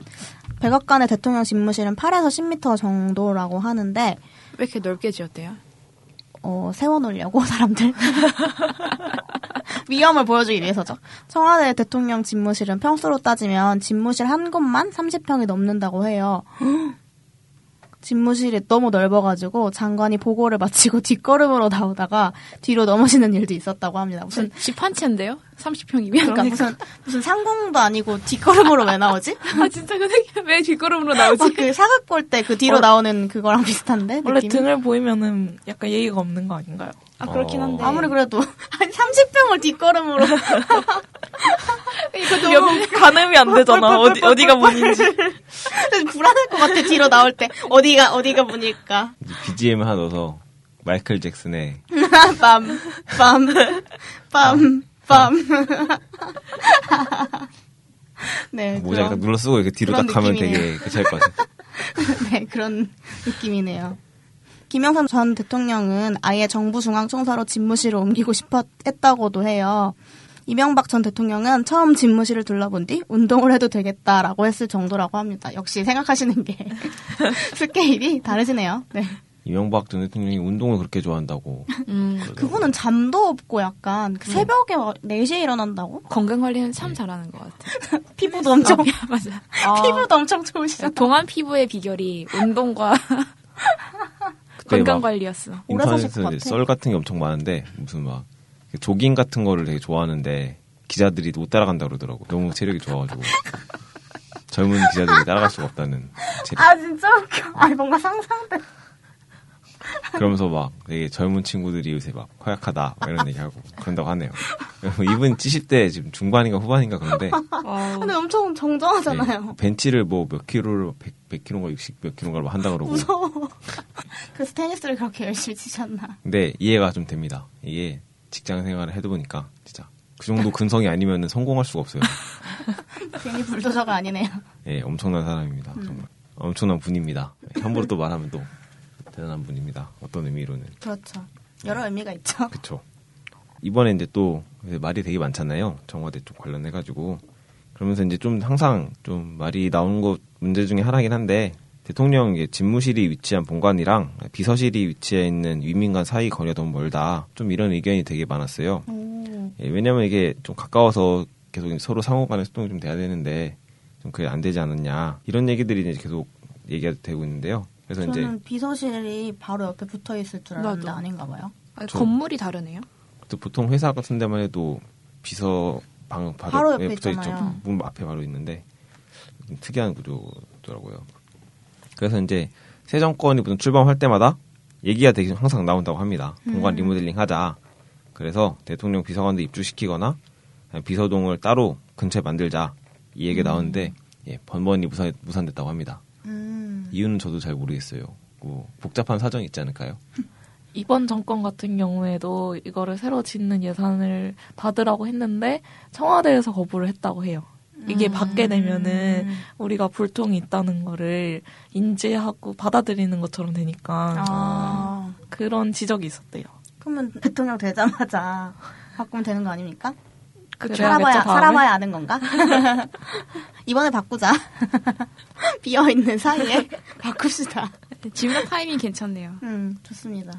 Speaker 2: 백악관의 대통령 집무실은 8에서 10m 정도라고 하는데,
Speaker 3: 왜 이렇게 넓게 지었대요?
Speaker 2: 어, 세워놓으려고, *laughs* 사람들. 위험을 보여주기 위해서죠. 청와대 대통령 집무실은 평수로 따지면 집무실 한 곳만 30평이 넘는다고 해요. 집무실이 너무 넓어가지고 장관이 보고를 마치고 *laughs* 뒷걸음으로 나오다가 뒤로 넘어지는 일도 있었다고 합니다. 무슨
Speaker 3: 무슨 집 한 채인데요? 30평이면?
Speaker 2: 네, 그러니까 무슨 무슨 상공도 아니고 뒷걸음으로 왜 나오지?
Speaker 3: 아 진짜 근데 왜 뒷걸음으로 나오지?
Speaker 2: 막그 사각 볼 때 그 뒤로
Speaker 4: 어.
Speaker 2: 나오는 그거랑 비슷한데
Speaker 4: 원래
Speaker 2: 느낌이?
Speaker 4: 등을 보이면은 약간 예의가 없는 거 아닌가요?
Speaker 3: 아
Speaker 1: 그렇긴 한데.
Speaker 2: 어. 아무리 그래도 *laughs* 한 30평을 뒷걸음으로
Speaker 3: 이것도
Speaker 4: 너무 가늠이 안 되잖아. 어디, 어디가 문인지.
Speaker 2: 불안할 것 같아 뒤로 나올 때 어디가 어디가 보니까 *laughs*
Speaker 1: BGM 하나 넣어서 마이클 잭슨의
Speaker 2: 빰빰빰빰 *laughs* 네
Speaker 1: 아. 모자를 딱
Speaker 2: 그런-
Speaker 1: 눌러 쓰고 이렇게 뒤로
Speaker 2: 그런
Speaker 1: 딱 가면
Speaker 2: 느낌이네요.
Speaker 1: 되게 괜찮을 것
Speaker 2: *laughs*
Speaker 1: 같아요.
Speaker 2: 네, 그런 느낌이네요. 김영삼 전 대통령은 아예 정부 중앙청사로 집무실을 옮기고 싶어 했다고도 해요. 이명박 전 대통령은 처음 집무실을 둘러본 뒤 운동을 해도 되겠다라고 했을 정도라고 합니다. 역시 생각하시는 게 *laughs* 스케일이 다르시네요. 네.
Speaker 1: 이명박 전 대통령이 운동을 그렇게 좋아한다고.
Speaker 3: *laughs* 음,
Speaker 2: 그분은 잠도 없고 약간 그 새벽에 4시에 일어난다고?
Speaker 3: 건강 관리는 참 잘하는 것 *laughs* 같아.
Speaker 2: 피부도 엄청,
Speaker 3: 아, 네. 맞아.
Speaker 2: *laughs* 피부도 엄청 좋으시잖아요.
Speaker 3: 동안 피부의 비결이 운동과 *laughs*
Speaker 1: 그때
Speaker 3: 건강
Speaker 1: 막
Speaker 3: 관리였어.
Speaker 2: *laughs* 오래 사실 것
Speaker 1: 인터넷에서 이제
Speaker 2: 같아.
Speaker 1: 썰 같은 게 엄청 많은데 무슨 막 조깅 같은 거를 되게 좋아하는데 기자들이 못 따라간다 그러더라고. 너무 체력이
Speaker 2: *laughs*
Speaker 1: 좋아가지고 젊은 기자들이 따라갈 수가 없다는. 체력.
Speaker 2: 아, 진짜 웃겨. 아, 뭔가 상상돼.
Speaker 1: 그러면서 막 되게 젊은 친구들이 요새 막 허약하다 막 이런 얘기하고 그런다고
Speaker 2: *laughs*
Speaker 1: 하네요. 뭐 이분 70대 지금 중반인가 후반인가
Speaker 2: *laughs*
Speaker 1: 그런데
Speaker 2: 근데 엄청 정정하잖아요.
Speaker 1: 네, 벤치를 뭐 몇 킬로를 100, 100 킬로인가 60 몇 킬로인가 뭐 한다 그러고
Speaker 2: 무서워. *laughs* 그래서 테니스를 그렇게 열심히 치셨나.
Speaker 1: 근데 이해가 좀 됩니다. 이게 직장 생활을 해도 보니까 진짜 그 정도 근성이 아니면 성공할 수가
Speaker 2: *laughs*
Speaker 1: 없어요.
Speaker 2: 괜히 불도저가 아니네요. *laughs*
Speaker 1: 예, 엄청난 사람입니다.
Speaker 2: 음.
Speaker 1: 정말 엄청난 분입니다. 예, 함부로 또 말하면 또 대단한 분입니다. 어떤 의미로는
Speaker 2: 그렇죠. 여러 의미가 있죠.
Speaker 1: 그렇죠. 이번에 이제 또 이제 말이 되게 많잖아요. 청와대 쪽 관련해 가지고 그러면서 이제 좀 항상 좀 말이 나오는 것 문제 중에 하나긴 한데 대통령 이게 집무실이 위치한 본관이랑 비서실이 위치해 있는 위민관 사이 거리가 너무 멀다. 좀 이런 의견이 되게 많았어요. 예, 왜냐면 이게 좀 가까워서 계속 서로 상호 간의 소통이 좀 돼야 되는데 좀 그게 안 되지 않았냐. 이런 얘기들이 이제 계속 얘기가 되고 있는데요. 그래서 이제
Speaker 2: 저는 비서실이 바로 옆에 붙어 있을 줄 알았는데
Speaker 3: 나도.
Speaker 2: 아닌가 봐요.
Speaker 3: 아,
Speaker 1: 저-
Speaker 3: 건물이 다르네요.
Speaker 1: 또 보통 회사 같은 데만 해도 비서 방 바로,
Speaker 2: 바로 옆에
Speaker 1: 예, 붙어
Speaker 2: 있잖아요.
Speaker 1: 있죠. 문 앞에 바로 있는데 좀 특이한 구조더라고요. 그래서 이제 새 정권이 보통 출범할 때마다 얘기가 되게 항상 나온다고 합니다. 공간
Speaker 2: 음.
Speaker 1: 리모델링 하자. 그래서 대통령 비서관도 입주시키거나 아니면 비서동을 따로 근처에 만들자 이 얘기가 나오는데 예, 번번이 무산, 무산됐다고 합니다.
Speaker 2: 음.
Speaker 1: 이유는 저도 잘 모르겠어요. 뭐 복잡한 사정이 있지 않을까요?
Speaker 4: 이번 정권 같은 경우에도 이거를 새로 짓는 예산을 받으라고 했는데 청와대에서 거부를 했다고 해요. 이게 받게 되면은 우리가 불통이 있다는 거를 인지하고 받아들이는 것처럼 되니까
Speaker 2: 아.
Speaker 4: 그런 지적이 있었대요.
Speaker 2: 그러면 대통령 되자마자 바꾸면 되는 거 아닙니까?
Speaker 4: 그래야겠죠,
Speaker 2: 살아봐야
Speaker 4: 다음에?
Speaker 2: 살아봐야 아는 건가? *laughs* 이번에 바꾸자. *laughs* 비어 있는 사이에
Speaker 3: *laughs*
Speaker 2: 바꿉시다.
Speaker 3: 지금 아, 타이밍 괜찮네요.
Speaker 2: 음, 좋습니다.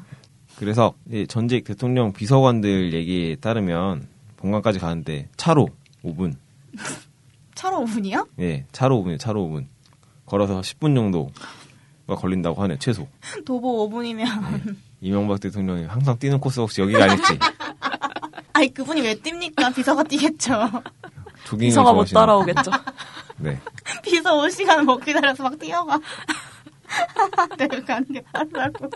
Speaker 1: 그래서 이 전직 대통령 비서관들 얘기에 따르면 본관까지 가는데 차로 5분,
Speaker 2: 차로 5분이요? *laughs*
Speaker 1: 예, 차로 5분, 차로 5분 걸어서 10분 정도가 걸린다고 하네요 최소.
Speaker 2: 도보 5분이면
Speaker 1: 이명박 대통령이 항상 뛰는 코스 혹시 여기가 아닐지
Speaker 2: 아니 그분이 왜 뜁니까? 비서가 뛰겠죠.
Speaker 1: 조깅을
Speaker 4: 비서가 못 *laughs*
Speaker 1: 좋아하시는.
Speaker 4: 따라오겠죠.
Speaker 1: 네,
Speaker 2: 비서 올 시간을 못 기다려서 막 뛰어가. *laughs* 내가 가는 게 빠르다고.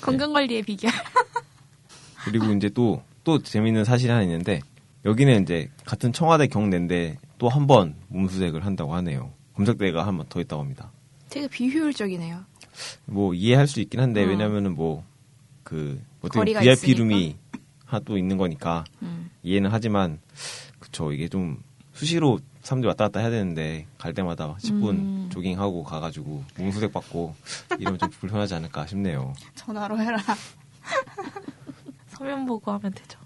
Speaker 3: 건강관리에 비결.
Speaker 1: 그리고 이제 또, 또 재밌는 사실이 하나 있는데, 여기는 이제 같은 청와대 경내인데 또 한 번 몸수색을 한다고 하네요. 검색대가 한 번 더 있다고 합니다.
Speaker 3: 되게 비효율적이네요.
Speaker 1: 뭐 이해할 수 있긴 한데,
Speaker 3: 음.
Speaker 1: 왜냐면은 뭐, 그, 어떻게
Speaker 3: 거리가
Speaker 1: 보면 VIP
Speaker 3: 있으니까.
Speaker 1: 룸이 하나 또 있는 거니까,
Speaker 3: 음.
Speaker 1: 이해는 하지만, 그쵸, 이게 좀 수시로 사람들이 왔다 갔다 해야 되는데, 갈 때마다 10분
Speaker 3: 음.
Speaker 1: 조깅하고 가가지고 몸수색 받고, 이러면 좀 불편하지 않을까 싶네요.
Speaker 2: 전화로 해라.
Speaker 4: 서면 보고하면 되죠.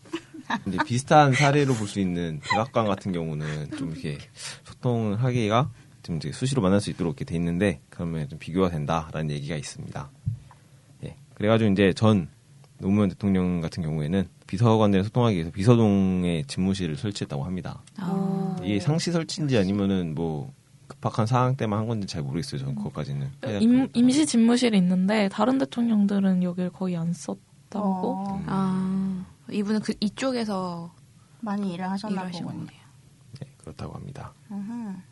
Speaker 1: 이제 비슷한 사례로 볼 수 있는 백악관 같은 경우는 좀 이렇게 소통을 하기가 좀 이제 수시로 만날 수 있도록 이렇게 돼 있는데 그러면 좀 비교가 된다라는 얘기가 있습니다. 예. 그래가지고 이제 전 노무현 대통령 같은 경우에는 비서관들이 소통하기 위해서 비서동에 집무실을 설치했다고 합니다.
Speaker 2: 어.
Speaker 3: 아.
Speaker 4: 예.
Speaker 1: 이게 상시 설치인지
Speaker 4: 그렇죠.
Speaker 1: 아니면은 뭐 급박한 상황 때만 한 건지 잘 모르겠어요. 전 네, 그것까지는.
Speaker 4: 임, 임시 집무실이 있는데 다른 대통령들은 여길 거의 안 썼다고.
Speaker 2: 어,
Speaker 3: 아. 이분은 그 이쪽에서
Speaker 2: 많이 일을 하셨나
Speaker 3: 일하신
Speaker 2: 보군요.
Speaker 3: 거네요.
Speaker 1: 예, 그렇다고 합니다.
Speaker 2: 으흠.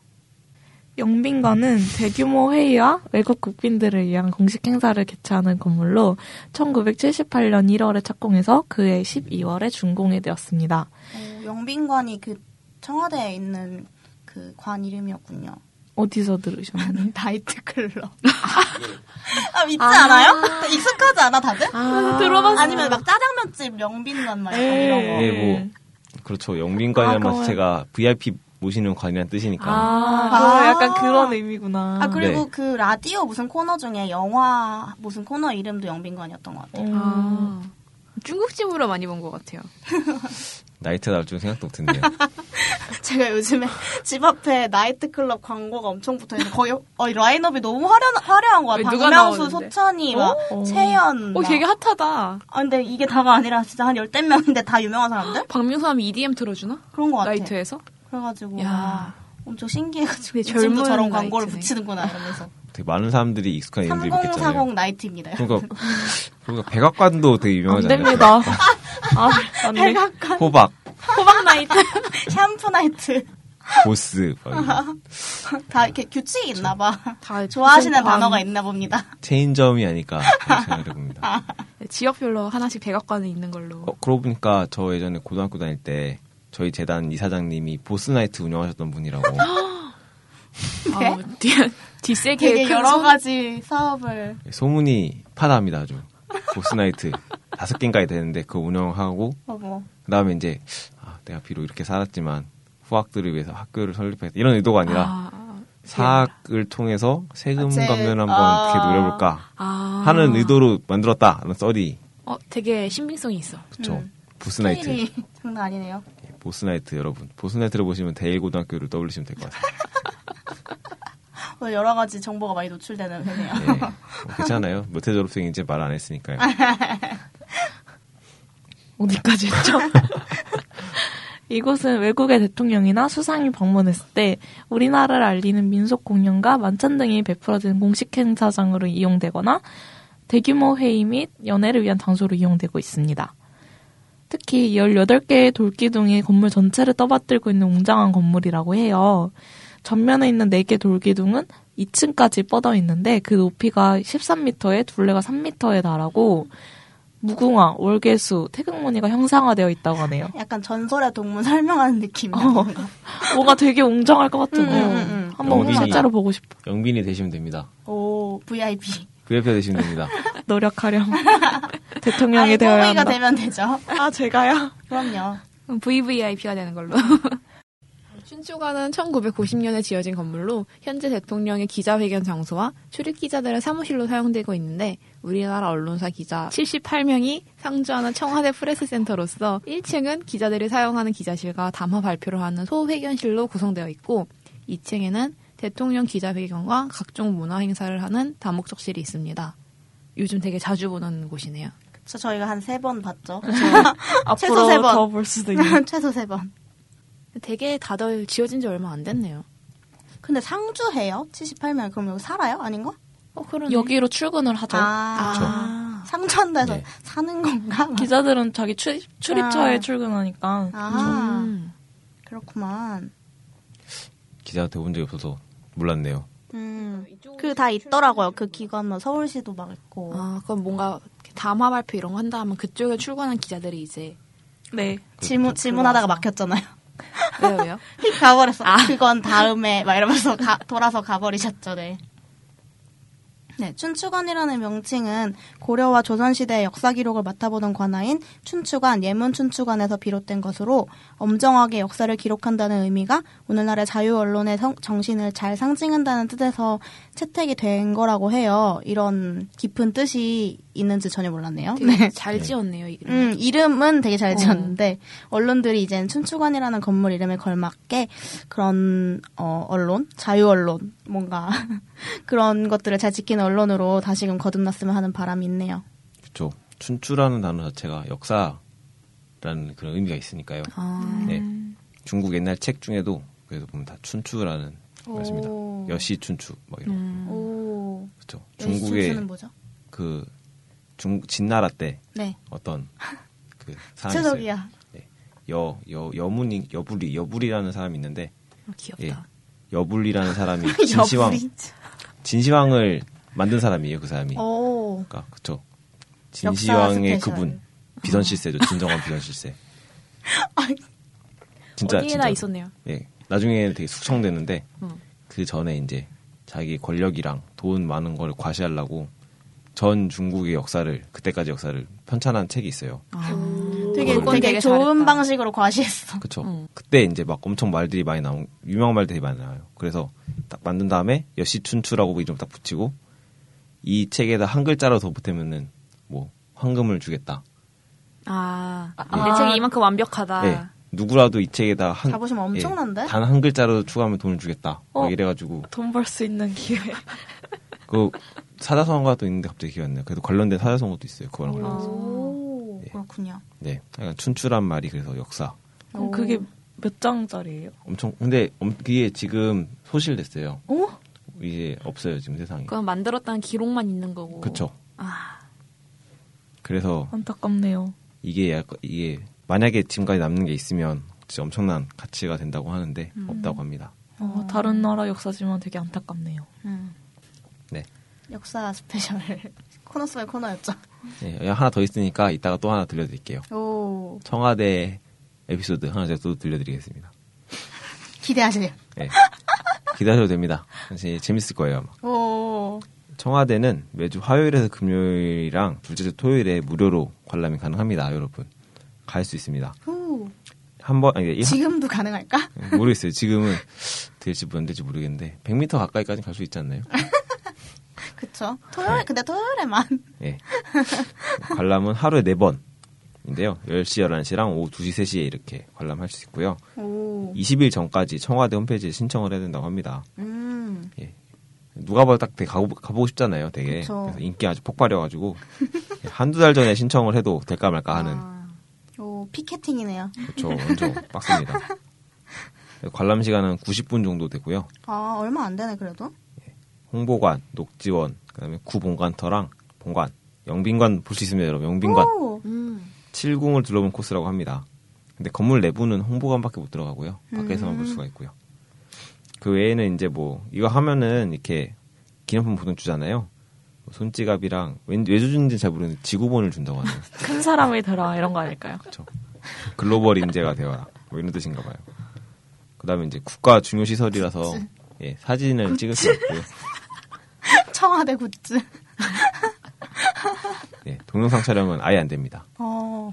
Speaker 4: 영빈관은 대규모 회의와 외국 국빈들을 위한 공식 행사를 개최하는 건물로 1978년 1월에 착공해서 그해 12월에 준공이 되었습니다.
Speaker 2: 어, 영빈관이 그 청와대에 있는 그 관 이름이었군요.
Speaker 4: 어디서 *laughs* 들으셨나요?
Speaker 2: *laughs* 나이트 클럽. *laughs* 아 믿지 않아요? 익숙하지 않아 다들?
Speaker 3: 아.
Speaker 4: 들어봤어요.
Speaker 2: 아니면 막 짜장면집 영빈관 막 약간 이런
Speaker 4: 네.
Speaker 2: 거.
Speaker 1: 예, 뭐 그렇죠. 영빈관이라는
Speaker 4: 아,
Speaker 1: 말
Speaker 4: 그건-
Speaker 1: 자체가 VIP 모시는 관이라는 뜻이니까.
Speaker 4: 아,
Speaker 2: 아.
Speaker 4: 그 약간 그런 의미구나.
Speaker 2: 아 그리고
Speaker 1: 네.
Speaker 2: 그 라디오 무슨 코너 중에 영화 무슨 코너 이름도 영빈관이었던 것 같아요.
Speaker 4: 음.
Speaker 3: 아. 중국집으로 많이 본 것 같아요.
Speaker 1: 나이트 나올 줄 생각도 못했네요.
Speaker 2: 제가 요즘에 *laughs* 집 앞에 나이트클럽 광고가 엄청 붙어 있는 거의 어, 이 라인업이 너무 화려, 화려한 거야.
Speaker 3: 왜 누가
Speaker 2: 박명수,
Speaker 3: 나오는데?
Speaker 2: 소찬이, 막
Speaker 4: 어?
Speaker 2: 채연.
Speaker 3: 오,
Speaker 2: 막.
Speaker 3: 되게 핫하다.
Speaker 2: 아 근데 이게 다가 아니라 진짜 한 열댓 명인데 다 유명한 사람들?
Speaker 3: 박명수 하면 E EDM 틀어주나?
Speaker 2: 그런 것 같아.
Speaker 3: 나이트에서?
Speaker 2: 그래가지고
Speaker 3: 야.
Speaker 2: 엄청 신기해가지고
Speaker 3: 근데
Speaker 2: 지금도
Speaker 3: 젊은
Speaker 2: 저런 광고를
Speaker 3: 나이트네.
Speaker 2: 붙이는구나
Speaker 1: *laughs*
Speaker 2: 이러면서.
Speaker 1: 되게 많은 사람들이 익숙한 이름들이 붙겠잖아요.
Speaker 2: 3040 나이트입니다.
Speaker 1: 그러니까 그러니까 백악관도 되게
Speaker 4: 안
Speaker 1: 유명하잖아요. *laughs*
Speaker 4: 됩니다. 아, 안 돼.
Speaker 1: 호박,
Speaker 3: 호박
Speaker 2: *laughs*
Speaker 3: 나이트.
Speaker 2: *laughs* 샴푸 나이트. *laughs*
Speaker 1: 보스, 막 이런.
Speaker 2: 다 이렇게 규칙이 있나 봐.
Speaker 3: *laughs* 다
Speaker 2: 좋아하시는
Speaker 3: 무슨 관-
Speaker 2: 단어가 있나 봅니다.
Speaker 1: 체인점이 아닐까 그렇게 생각을 해봅니다.
Speaker 3: 네, 지역별로 하나씩 백악관은 있는 걸로.
Speaker 1: 어, 그러고 보니까 저 예전에 고등학교 다닐 때 저희 재단 이사장님이 보스나이트 운영하셨던 분이라고
Speaker 2: 네?
Speaker 3: 아, 뒤, 뒷세계에
Speaker 2: 되게
Speaker 3: 큰
Speaker 2: 여러
Speaker 3: 손-
Speaker 2: 가지 사업을
Speaker 1: 소문이 파다합니다 아주. 보스나이트 다섯 개인가에 되는데 그거 운영하고
Speaker 2: 어머 뭐
Speaker 1: 그다음에 이제 아, 내가 비록 이렇게 살았지만 후학들을 위해서 학교를 설립했다 이런 의도가 아니라
Speaker 3: 아,
Speaker 1: 사학을 통해서 세금
Speaker 2: 아, 제-
Speaker 1: 감면 한번
Speaker 2: 아.
Speaker 1: 어떻게 노려볼까
Speaker 3: 아.
Speaker 1: 하는 의도로 만들었다라는 썰이
Speaker 3: 어, 되게 신빙성이 있어.
Speaker 1: 그쵸
Speaker 2: 음.
Speaker 1: 보스나이트
Speaker 2: 케일이 장난 아니네요.
Speaker 1: 예, 보스나이트 여러분 보스나이트를 보시면 대일 고등학교를 떠올리시면 될 것 같아요
Speaker 2: 오늘 뭐 여러 가지 정보가 많이 노출되는 회네요.
Speaker 1: 예. 뭐 괜찮아요 몇회 졸업생인지 말 안 했으니까요
Speaker 4: 어디까지 했죠? 이곳은 외국의 대통령이나 수상이 방문했을 때 우리나라를 알리는 민속 공연과 만찬 등이 베풀어진 공식 행사장으로 이용되거나 대규모 회의 및 연회를 위한 장소로 이용되고 있습니다. 특히 18개의 돌기둥이 건물 전체를 떠받들고 있는 웅장한 건물이라고 해요. 전면에 있는 4개 돌기둥은 2층까지 뻗어 있는데 그 높이가 13m에 둘레가 3m에 달하고 무궁화, 월계수, 태극무늬가 형상화되어 있다고 하네요.
Speaker 2: 약간 전설의 동물 설명하는 느낌이야.
Speaker 4: 어. 뭔가 되게 웅장할 것 같은
Speaker 2: 음,
Speaker 4: 거예요.
Speaker 2: 음, 음.
Speaker 4: 한번
Speaker 1: 영빈이.
Speaker 4: 실제로 보고 싶어.
Speaker 1: 영빈이 되시면 됩니다
Speaker 2: 오 VIP.
Speaker 1: VIP가 되시면 됩니다
Speaker 2: *laughs*
Speaker 4: 노력하렴.
Speaker 2: 아니
Speaker 4: 대통령이 되어야
Speaker 2: 꼬미가
Speaker 4: 한다.
Speaker 2: 되면 되죠.
Speaker 4: 아 제가요?
Speaker 2: 그럼요.
Speaker 3: 그럼 VVIP가 되는 걸로. *laughs* 춘추관은 1990년에 지어진 건물로 현재 대통령의 기자회견 장소와 출입 기자들의 사무실로 사용되고 있는데 우리나라 언론사 기자 78명이 상주하는 청와대 프레스센터로서 1층은 기자들이 사용하는 기자실과 담화 발표를 하는 소회견실로 구성되어 있고 2층에는 대통령 기자회견과 각종 문화 행사를 하는 다목적실이 있습니다. 요즘 되게 자주 보는 곳이네요.
Speaker 2: 저 저희가 한 세 번 봤죠. 최소 세
Speaker 4: 앞으로
Speaker 2: 번.
Speaker 4: 더 볼 수도
Speaker 2: *laughs*
Speaker 4: 있는.
Speaker 2: 최소 세 번.
Speaker 3: 되게 다들 지어진 지 얼마 안 됐네요.
Speaker 2: 근데 상주해요? 78명 그럼 여기 살아요? 아닌가?
Speaker 3: 어, 그러네.
Speaker 4: 여기로 출근을 하죠.
Speaker 3: 아,
Speaker 2: 상주한다 해서
Speaker 1: 네.
Speaker 2: 사는 건가?
Speaker 4: *laughs* 기자들은 자기 출, 출입처에
Speaker 2: 아.
Speaker 4: 출근하니까
Speaker 2: 아
Speaker 3: 음.
Speaker 2: 그렇구만.
Speaker 1: 기자가 돼본 적이 없어서 몰랐네요
Speaker 2: 음, 그 다 있더라고요. 그 기관만 서울시도 막 있고.
Speaker 3: 아, 그럼 뭔가 담화 발표 이런 거 한다 하면 그쪽에 출근한 기자들이 이제
Speaker 4: 네.
Speaker 2: 질문 질문하다가 막혔잖아요.
Speaker 3: 왜요 왜요?
Speaker 2: 휙 가버렸어. 그건 다음에 막 이러면서 가- 돌아서 가버리셨죠, 네. 네, 춘추관이라는 명칭은 고려와 조선시대의 역사 기록을 맡아보던 관아인 춘추관, 예문춘추관에서 비롯된 것으로 엄정하게 역사를 기록한다는 의미가 오늘날의 자유언론의 성- 정신을 잘 상징한다는 뜻에서 채택이 된 거라고 해요. 이런 깊은 뜻이 있는지 전혀 몰랐네요.
Speaker 3: *laughs* 되게
Speaker 2: 네.
Speaker 3: 잘 지었네요 이름.
Speaker 2: 음, 이름은 되게 잘
Speaker 3: 어.
Speaker 2: 지었는데 언론들이 이젠 춘추관이라는 건물 이름에 걸맞게 그런 어, 언론, 자유 언론 뭔가 *laughs* 그런 것들을 잘 지키는 언론으로 다시금 거듭났으면 하는 바람이 있네요.
Speaker 1: 그렇죠. 춘추라는 단어 자체가 역사라는 그런 의미가 있으니까요.
Speaker 3: 아,
Speaker 1: 네. 중국 옛날 책 중에도 그래서 보면 다 춘추라는 말씀입니다.
Speaker 2: 오.
Speaker 1: 여시 춘추 막 이런
Speaker 3: 음.
Speaker 2: 오,
Speaker 1: 그렇죠.
Speaker 2: 중국의
Speaker 1: 중국의
Speaker 2: 뭐죠?
Speaker 1: 그 중, 진나라 때
Speaker 2: 네,
Speaker 1: 어떤 그 사람이 있어요.
Speaker 2: 최석이야.
Speaker 1: 여, 여, 여문이, 여불이, 여불이라는 사람이 있는데 예.
Speaker 3: 아, 귀엽다.
Speaker 1: 여불이라는 사람이 진시황, 진시황을 만든 사람이에요. 그 사람이.
Speaker 2: 오,
Speaker 1: 그러니까 그쵸.
Speaker 2: 어. 역사
Speaker 1: 진시황의
Speaker 2: 스페셜.
Speaker 1: 그분 비선실세죠. 진정한 비선실세. 진짜
Speaker 3: 어디에나
Speaker 1: 진짜.
Speaker 3: 있었네요.
Speaker 1: 예. 나중에 되게 숙청됐는데
Speaker 3: 음.
Speaker 1: 그 전에 이제 자기 권력이랑 돈 많은 걸 과시하려고 전 중국의 역사를 그때까지 역사를 편찬한 책이 있어요.
Speaker 3: 아.
Speaker 2: 되게
Speaker 3: 그건
Speaker 2: 되게,
Speaker 3: 되게
Speaker 2: 좋은
Speaker 3: 잘했다.
Speaker 2: 방식으로 과시했어.
Speaker 1: 그쵸.
Speaker 3: 음.
Speaker 1: 그때 이제 막 엄청 말들이 많이 나온, 유명한 말들이 많이 나와요. 그래서 딱 만든 다음에 여시춘추라고 이름 딱 붙이고 이 책에다 한 글자로 더 보태면은 뭐 황금을 주겠다.
Speaker 3: 아,
Speaker 1: 예.
Speaker 3: 내 책이 이만큼 완벽하다.
Speaker 1: 네. 누구라도 이 책에다 한
Speaker 2: 아.
Speaker 1: 예.
Speaker 2: 자부심 엄청난데?
Speaker 1: 단 한 글자로 추가하면 돈을 주겠다.
Speaker 4: 어.
Speaker 1: 막 이래가지고
Speaker 4: 돈 벌 수 있는 기회.
Speaker 1: 그 사자성어가 또 있는데 갑자기 기억이 안 나요. 그래도 관련된 사자성어도 있어요. 그거랑 관련해서.
Speaker 2: 오,
Speaker 1: 예.
Speaker 2: 아. 그렇군요.
Speaker 1: 네. 약간 춘추란 말이 그래서 역사.
Speaker 4: 그럼 그게 몇 장짜리예요?
Speaker 1: 엄청 근데 엄- 그게 지금 소실됐어요.
Speaker 4: 오?
Speaker 1: 이제 없어요 지금 세상에.
Speaker 3: 그건 만들었다는 기록만 있는 거고.
Speaker 1: 그쵸.
Speaker 3: 아,
Speaker 2: 어.
Speaker 1: 그래서
Speaker 4: 안타깝네요.
Speaker 1: 이게 약간 이게 만약에 지금까지 남는 게 있으면 진짜 엄청난 가치가 된다고 하는데 없다고 합니다.
Speaker 4: 어,
Speaker 2: 아.
Speaker 4: 다른 나라 역사지만 되게 안타깝네요.
Speaker 2: 음.
Speaker 1: 네.
Speaker 2: 역사 스페셜 *laughs* 코너 속의 코너였죠.
Speaker 1: 네, 하나 더 있으니까 이따가 또 하나 들려드릴게요.
Speaker 2: 오
Speaker 1: 청와대 에피소드 하나 제가 또 들려드리겠습니다.
Speaker 2: 기대하세요.
Speaker 1: 네. *laughs* 기다려도 됩니다. 사실 재밌을 거예요 아마.
Speaker 2: 오
Speaker 1: 청와대는 매주 화요일에서 금요일이랑 둘째 주 토요일에 무료로 관람이 가능합니다, 여러분. 갈 수 있습니다.
Speaker 2: 후.
Speaker 1: 한 번, 아니, 이-
Speaker 2: 지금도 가능할까? *laughs*
Speaker 1: 모르겠어요. 지금은 될지 안 될지 모르겠는데 100m 가까이까지 갈 수 있지 않나요?
Speaker 2: 그쵸.
Speaker 1: 네.
Speaker 2: 토요일 근데 토요일에만.
Speaker 1: *laughs* 예. 관람은 하루에 4번인데요. 10시, 11시랑 오후 2시, 3시에 이렇게 관람할 수 있고요.
Speaker 2: 오.
Speaker 1: 20일 전까지 청와대 홈페이지에 신청을 해야 된다고 합니다.
Speaker 2: 음.
Speaker 1: 예. 누가 봐도 딱 되게 가보, 가보고 싶잖아요, 되게.
Speaker 2: 그쵸.
Speaker 1: 래서 인기 아주 폭발해가지고 *laughs* 예, 한두 달 전에 신청을 해도 될까 말까 하는
Speaker 2: 아. 오 피켓팅이네요.
Speaker 1: 그렇죠. 먼저 빡습니다. 관람 시간은 90분 정도 되고요.
Speaker 2: 아 얼마 안 되네 그래도.
Speaker 1: 홍보관, 녹지원, 그다음에 구본관터랑 본관, 영빈관 볼 수 있습니다, 여러분. 영빈관
Speaker 2: 오.
Speaker 3: 음.
Speaker 1: 7궁을 둘러본 코스라고 합니다. 근데 건물 내부는 홍보관밖에 못 들어가고요. 밖에서만 볼 수가 있고요. 그 외에는 이제 뭐 이거 하면은 이렇게 기념품 보통 주잖아요. 뭐 손지갑이랑 왠- 왜 주는지 잘 모르는데 지구본을 준다고 하네요.
Speaker 4: 큰 사람이 되라 이런 거 아닐까요?
Speaker 1: 그렇죠. 글로벌 인재가 되어라. 뭐 이런 뜻인가 봐요. 그다음에 이제 국가 중요 시설이라서 예, 사진을 찍을 수 있고요.
Speaker 2: 청와대 굿즈.
Speaker 1: 예, 동영상 촬영은 아예 안 됩니다.
Speaker 2: 어.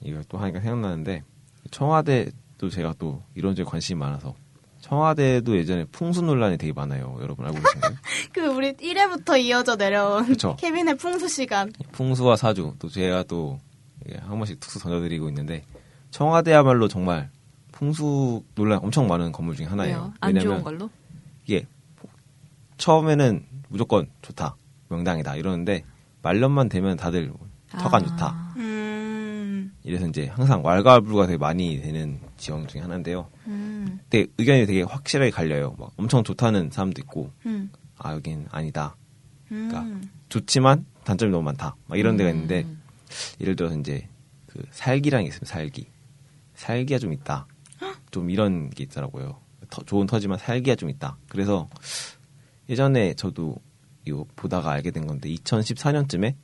Speaker 1: 이걸 또 하니까 생각나는데 청와대도 제가 또 이런저런 관심이 많아서 청와대도 예전에 풍수 논란이 되게 많아요. 여러분 알고 계신가요?
Speaker 2: 그 우리 1회부터 이어져 내려온
Speaker 1: 그쵸. 예.
Speaker 2: 케빈의 풍수 시간.
Speaker 1: 풍수와 사주 또 제가 또 한 번씩 특수 던져드리고 있는데 청와대야말로 정말 풍수 논란 엄청 많은 건물 중에 하나예요.
Speaker 3: 왜요? 안 좋은
Speaker 1: 왜냐면
Speaker 3: 걸로?
Speaker 1: 이게 처음에는 무조건 좋다 명당이다 이러는데 말년만 되면 다들 턱 안
Speaker 3: 아.
Speaker 1: 좋다
Speaker 2: 음.
Speaker 1: 이래서 이제 항상 왈가불부가 되게 많이 되는 지형 중에 하나인데요.
Speaker 2: 음.
Speaker 1: 근데 의견이 되게 확실하게 갈려요. 막 엄청 좋다는 사람도 있고
Speaker 2: 음.
Speaker 1: 아 여긴 아니다. 그러니까.
Speaker 2: 음.
Speaker 1: 좋지만 단점이 너무 많다. 막 이런 데가 있는데 예를 들어서 이제 그 살기랑 있으면 살기 살기가 좀 있다. 좀 이런 게 있더라고요. 터- 좋은 터지만 살기가 좀 있다. 그래서 예전에 저도 이거 보다가 알게 된 건데 2014년쯤에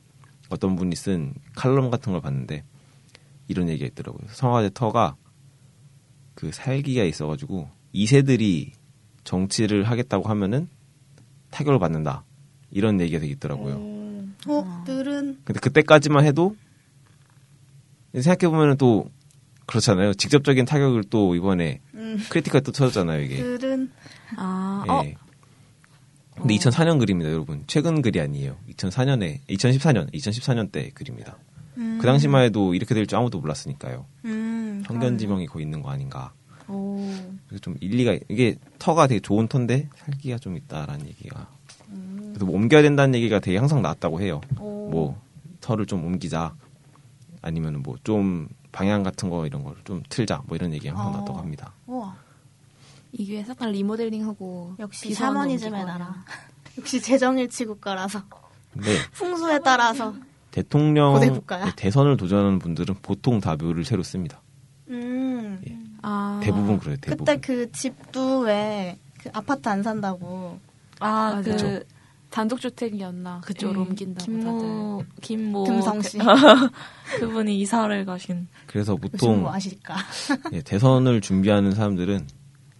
Speaker 1: 어떤 분이 쓴 칼럼 같은 걸 봤는데 이런 얘기가 있더라고요. 성화제 터가 그 살기가 있어가지고 2세들이 정치를 하겠다고 하면은 타격을 받는다. 이런 얘기가 되게 있더라고요.
Speaker 2: 어,
Speaker 1: 아.
Speaker 2: 들은
Speaker 1: 근데 그때까지만 해도 생각해 보면은 또 그렇잖아요. 직접적인 타격을 또 이번에
Speaker 2: 음. 그,
Speaker 1: 크리티컬 또 터졌잖아요, 이게.
Speaker 2: 들은
Speaker 3: 아,
Speaker 1: 예.
Speaker 3: 어,
Speaker 1: 근데
Speaker 2: 어.
Speaker 1: 2004년 글입니다, 여러분. 최근 글이 아니에요. 2004년에 2014년, 2014년 때 글입니다.
Speaker 2: 음.
Speaker 1: 그 당시만 해도 이렇게 될 줄 아무도 몰랐으니까요.
Speaker 2: 음,
Speaker 1: 편견지명이 거의 있는 거 아닌가.
Speaker 3: 어.
Speaker 2: 오.
Speaker 1: 그래서 좀 일리가 이게 터가 되게 좋은 터인데 살기가 좀 있다라는 얘기가. 그래서 뭐 옮겨야 된다는 얘기가 되게 항상 나왔다고 해요.
Speaker 2: 오.
Speaker 1: 뭐 터를 좀 옮기자 아니면 뭐 좀 방향 같은 거 이런 걸 좀 틀자 뭐 이런 얘기 항상
Speaker 2: 어.
Speaker 1: 나왔다고 합니다.
Speaker 2: 우와.
Speaker 3: 이게 약간 리모델링하고
Speaker 2: 역시
Speaker 3: 비서원
Speaker 2: 샤머니즘의
Speaker 3: 옮기거나.
Speaker 2: 나라. *laughs* 역시 재정일치국가라서
Speaker 1: 근데
Speaker 2: 풍수에 따라서.
Speaker 1: 대통령
Speaker 2: 고대 국가야?
Speaker 1: 대선을 도전하는 분들은 보통 다 묘를 새로 씁니다.
Speaker 2: 음.
Speaker 1: 예.
Speaker 3: 아,
Speaker 1: 대부분 그래요. 대부분.
Speaker 2: 그때 그 집도 왜 그 아파트 안 산다고.
Speaker 3: 아, 그
Speaker 1: 그쵸.
Speaker 3: 단독주택이었나 그쪽으로 옮긴다고
Speaker 4: 예, 음. 김모 김모
Speaker 2: 김성 씨.
Speaker 4: *laughs* 그- 그분이 이사를 가신
Speaker 1: 래서
Speaker 2: 요즘
Speaker 1: 보통
Speaker 2: 뭐 아실까.
Speaker 1: 예, 대선을 준비하는 사람들은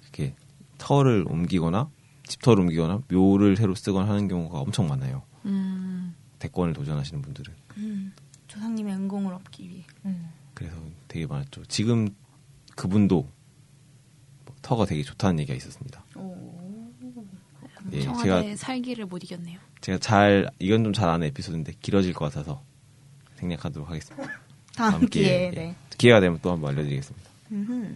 Speaker 1: 이렇게 터를 옮기거나 집터를 옮기거나 묘를 새로 쓰거나 하는 경우가 엄청 많아요.
Speaker 3: 다들. 음.
Speaker 1: 대권을 도전하시는 분들은.
Speaker 2: 음. 조상님의 은공을 얻기 위해.
Speaker 4: 음.
Speaker 1: 그래서 되게 많았죠. 지금 그분도 뭐 터가 되게 좋다는 얘기가 있었습니다.
Speaker 2: 오.
Speaker 1: 예,
Speaker 3: 청와대
Speaker 1: 제가-
Speaker 3: 의 살기를 못 이겼네요.
Speaker 1: 제가 잘 이건 좀 잘 아는 에피소드인데 길어질 것 같아서 생략하도록 하겠습니다.
Speaker 2: 다음 기회에.
Speaker 1: 예,
Speaker 2: 네.
Speaker 1: 기회가 되면 또 한번 알려드리겠습니다.
Speaker 2: 음흠.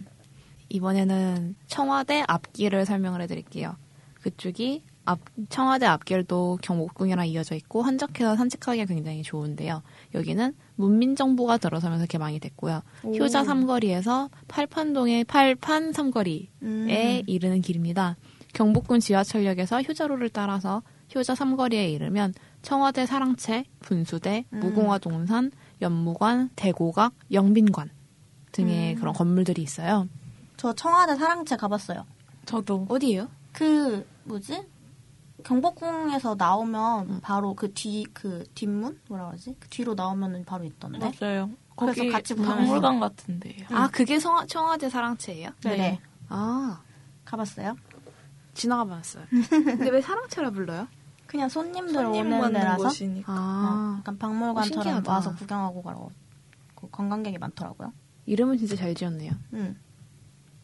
Speaker 3: 이번에는 청와대 앞길을 설명을 해드릴게요. 그쪽이 앞, 청와대 앞길도 경복궁이랑 이어져 있고 한적해서 산책하기가 굉장히 좋은데요. 여기는 문민정부가 들어서면서 개방이 됐고요.
Speaker 2: 오.
Speaker 3: 효자 삼거리에서 팔판동의 팔판 삼거리에
Speaker 2: 음.
Speaker 3: 이르는 길입니다. 경복궁 지하철역에서 효자로를 따라서 효자 삼거리에 이르면 청와대 사랑채, 분수대,
Speaker 2: 음.
Speaker 3: 무공화 동산, 연무관, 대고각, 영빈관 등의
Speaker 2: 음.
Speaker 3: 그런 건물들이 있어요.
Speaker 2: 저 청와대 사랑채 가봤어요.
Speaker 4: 저도
Speaker 3: 어디예요?
Speaker 2: 그 뭐지? 경복궁에서 나오면
Speaker 3: 음.
Speaker 2: 바로 그 뒤 그 뒷문 뭐라 그러지? 그 뒤로 나오면은 바로
Speaker 4: 네?
Speaker 2: 있던데.
Speaker 4: 맞아요.
Speaker 2: 그래서
Speaker 4: 거기 음,
Speaker 2: 같이
Speaker 4: 박물관 같은데요.
Speaker 3: 아 그게 성- 청와대 사랑채예요?
Speaker 2: 네. 네.
Speaker 3: 아
Speaker 2: 가봤어요?
Speaker 3: 지나가 봤어요. 근데 왜 사랑채라 불러요?
Speaker 2: 그냥 손님들
Speaker 4: 손님
Speaker 2: 오는
Speaker 4: 받는
Speaker 2: 데라서
Speaker 4: 곳이니까.
Speaker 2: 어,
Speaker 3: 아
Speaker 2: 약간 박물관처럼
Speaker 3: 신기하다.
Speaker 2: 와서 구경하고 가고 그 관광객이 많더라고요.
Speaker 3: 이름은 진짜 잘 지었네요.
Speaker 2: 음.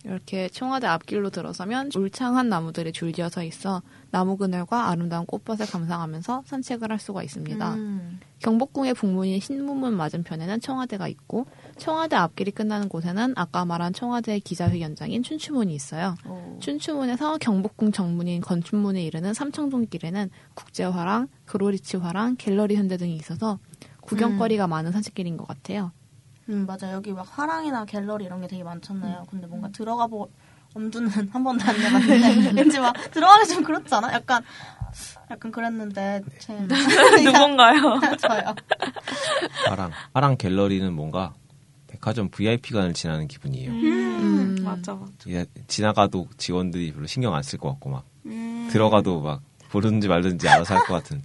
Speaker 3: 이렇게 청와대 앞길로 들어서면 울창한 나무들이 줄지어 서 있어 나무 그늘과 아름다운 꽃밭을 감상하면서 산책을 할 수가 있습니다.
Speaker 2: 음.
Speaker 3: 경복궁의 북문인 신문문 맞은편에는 청와대가 있고 청와대 앞길이 끝나는 곳에는 아까 말한 청와대 기자회견장인 춘추문이 있어요.
Speaker 2: 오.
Speaker 3: 춘추문에서 경복궁 정문인 건춘문에 이르는 삼청동길에는 국제화랑 그로리치 화랑 갤러리 현대 등이 있어서 구경거리가 많은 산책길인 것 같아요.
Speaker 2: 음, 맞아. 여기 막 화랑이나 갤러리 이런 게 되게 많잖아요. 근데 뭔가 들어가 보 엄두는 *laughs* 한 번도 안 내봤는데 왠지 막 들어가기 좀 그렇지 않아? 약간 약간 그랬는데 제 *laughs*
Speaker 4: 아, 누군가요?
Speaker 2: 저요.
Speaker 1: 아랑 아랑 갤러리는 뭔가 백화점 VIP관을 지나는 기분이에요.
Speaker 4: 음, 맞아 맞아.
Speaker 1: 이제 지나가도 직원들이 별로 신경 안 쓸 것 같고 막
Speaker 2: 음,
Speaker 1: 들어가도 막 보든지 말든지 알아서 할 것 같은.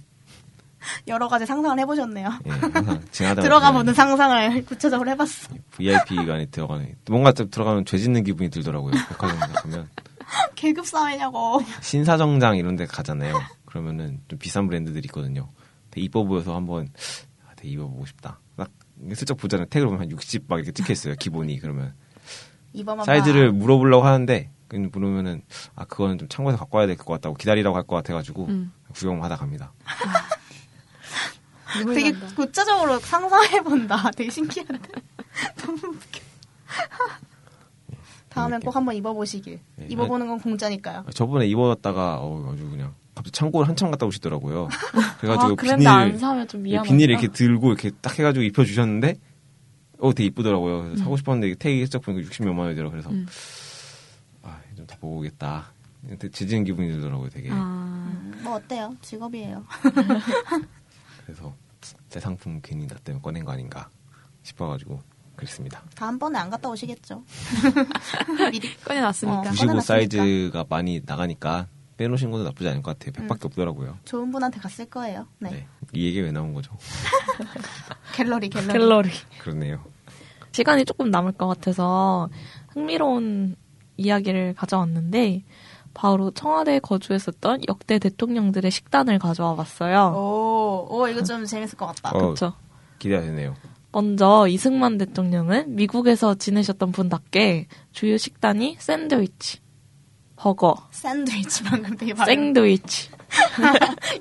Speaker 2: 여러 가지 상상을 해보셨네요.
Speaker 1: 예, 항상 지나다
Speaker 2: 들어가 보는 상상을 구체적으로 해봤어. *laughs*
Speaker 1: VIP관에 들어가는 뭔가 좀 들어가면 죄짓는 기분이 들더라고요. 백화점 가면
Speaker 2: 계급 사회냐고.
Speaker 1: 신사정장 이런 데 가잖아요. 그러면은 좀 비싼 브랜드들이 있거든요. 되게 이뻐 보여서 한번 아, 되게 입어보고 싶다. 딱 슬쩍 보잖아요. 태그로 보면 한 60 막 이렇게 찍혀있어요. 기본이 그러면
Speaker 2: 이번만
Speaker 1: 사이즈를 물어보려고 하는데 그 물으면은 아 그거는 좀 참고해서 갖고 와야 될 것 같다고 기다리라고 할 것 같아가지고
Speaker 3: 음.
Speaker 1: 구경만 하다 갑니다.
Speaker 2: 봐. 되게 구체적으로 상상해본다. *laughs* 되게 신기한데. 너무 웃겨. *laughs* 다음엔
Speaker 1: 재밌겠다.
Speaker 2: 꼭 한번 입어보시길.
Speaker 1: 예,
Speaker 2: 입어보는 건 공짜니까요.
Speaker 1: 아, 저번에 입어봤다가 어 아주 그냥 갑자기 창고를 한참 갔다 오시더라고요. 그래가지고
Speaker 4: 아, 그런데 안 사면 좀
Speaker 1: 예,
Speaker 4: 미안하다.
Speaker 1: 비닐 이렇게 들고 이렇게 딱 해가지고 입혀주셨는데 어 되게 이쁘더라고요. 그래서 사고 싶었는데 이게 태기 살짝 보니까 60몇만 원이더라고 그래서
Speaker 3: 음.
Speaker 1: 아좀 다 보고 오겠다. 근데 지지는 기분이 들더라고요 되게.
Speaker 3: 아,
Speaker 2: 음, 뭐 어때요? 직업이에요.
Speaker 1: 그래서 새 상품 괜히 나 때문에 꺼낸 거 아닌가 싶어가지고 그렇습니다.
Speaker 2: 다음번에 안 갔다 오시겠죠. 미리.
Speaker 3: 꺼내놨으니까.
Speaker 2: 어.
Speaker 1: 95
Speaker 2: 꺼내놨으니까.
Speaker 1: 사이즈가 많이 나가니까 빼놓으신 것도 나쁘지 않을 것 같아요. 100밖에 없더라고요.
Speaker 2: 좋은 분한테 갔을 거예요. 네.
Speaker 1: 네. 이 얘기 왜 나온 거죠? *laughs*
Speaker 2: 갤러리, 갤러리.
Speaker 4: 갤러리.
Speaker 1: 그렇네요.
Speaker 4: 네. 시간이 조금 남을 것 같아서 흥미로운 이야기를 가져왔는데 바로 청와대에 거주했었던 역대 대통령들의 식단을 가져와 봤어요.
Speaker 2: 오, 오, 이거 좀 재밌을 것 같다.
Speaker 1: 어.
Speaker 4: 그렇죠.
Speaker 1: 기대가 되네요.
Speaker 4: 먼저 이승만 대통령은 미국에서 지내셨던 분답게 주요 식단이 샌드위치, 버거,
Speaker 2: 아, 샌드위치 방금 되게 발
Speaker 4: 생드위치,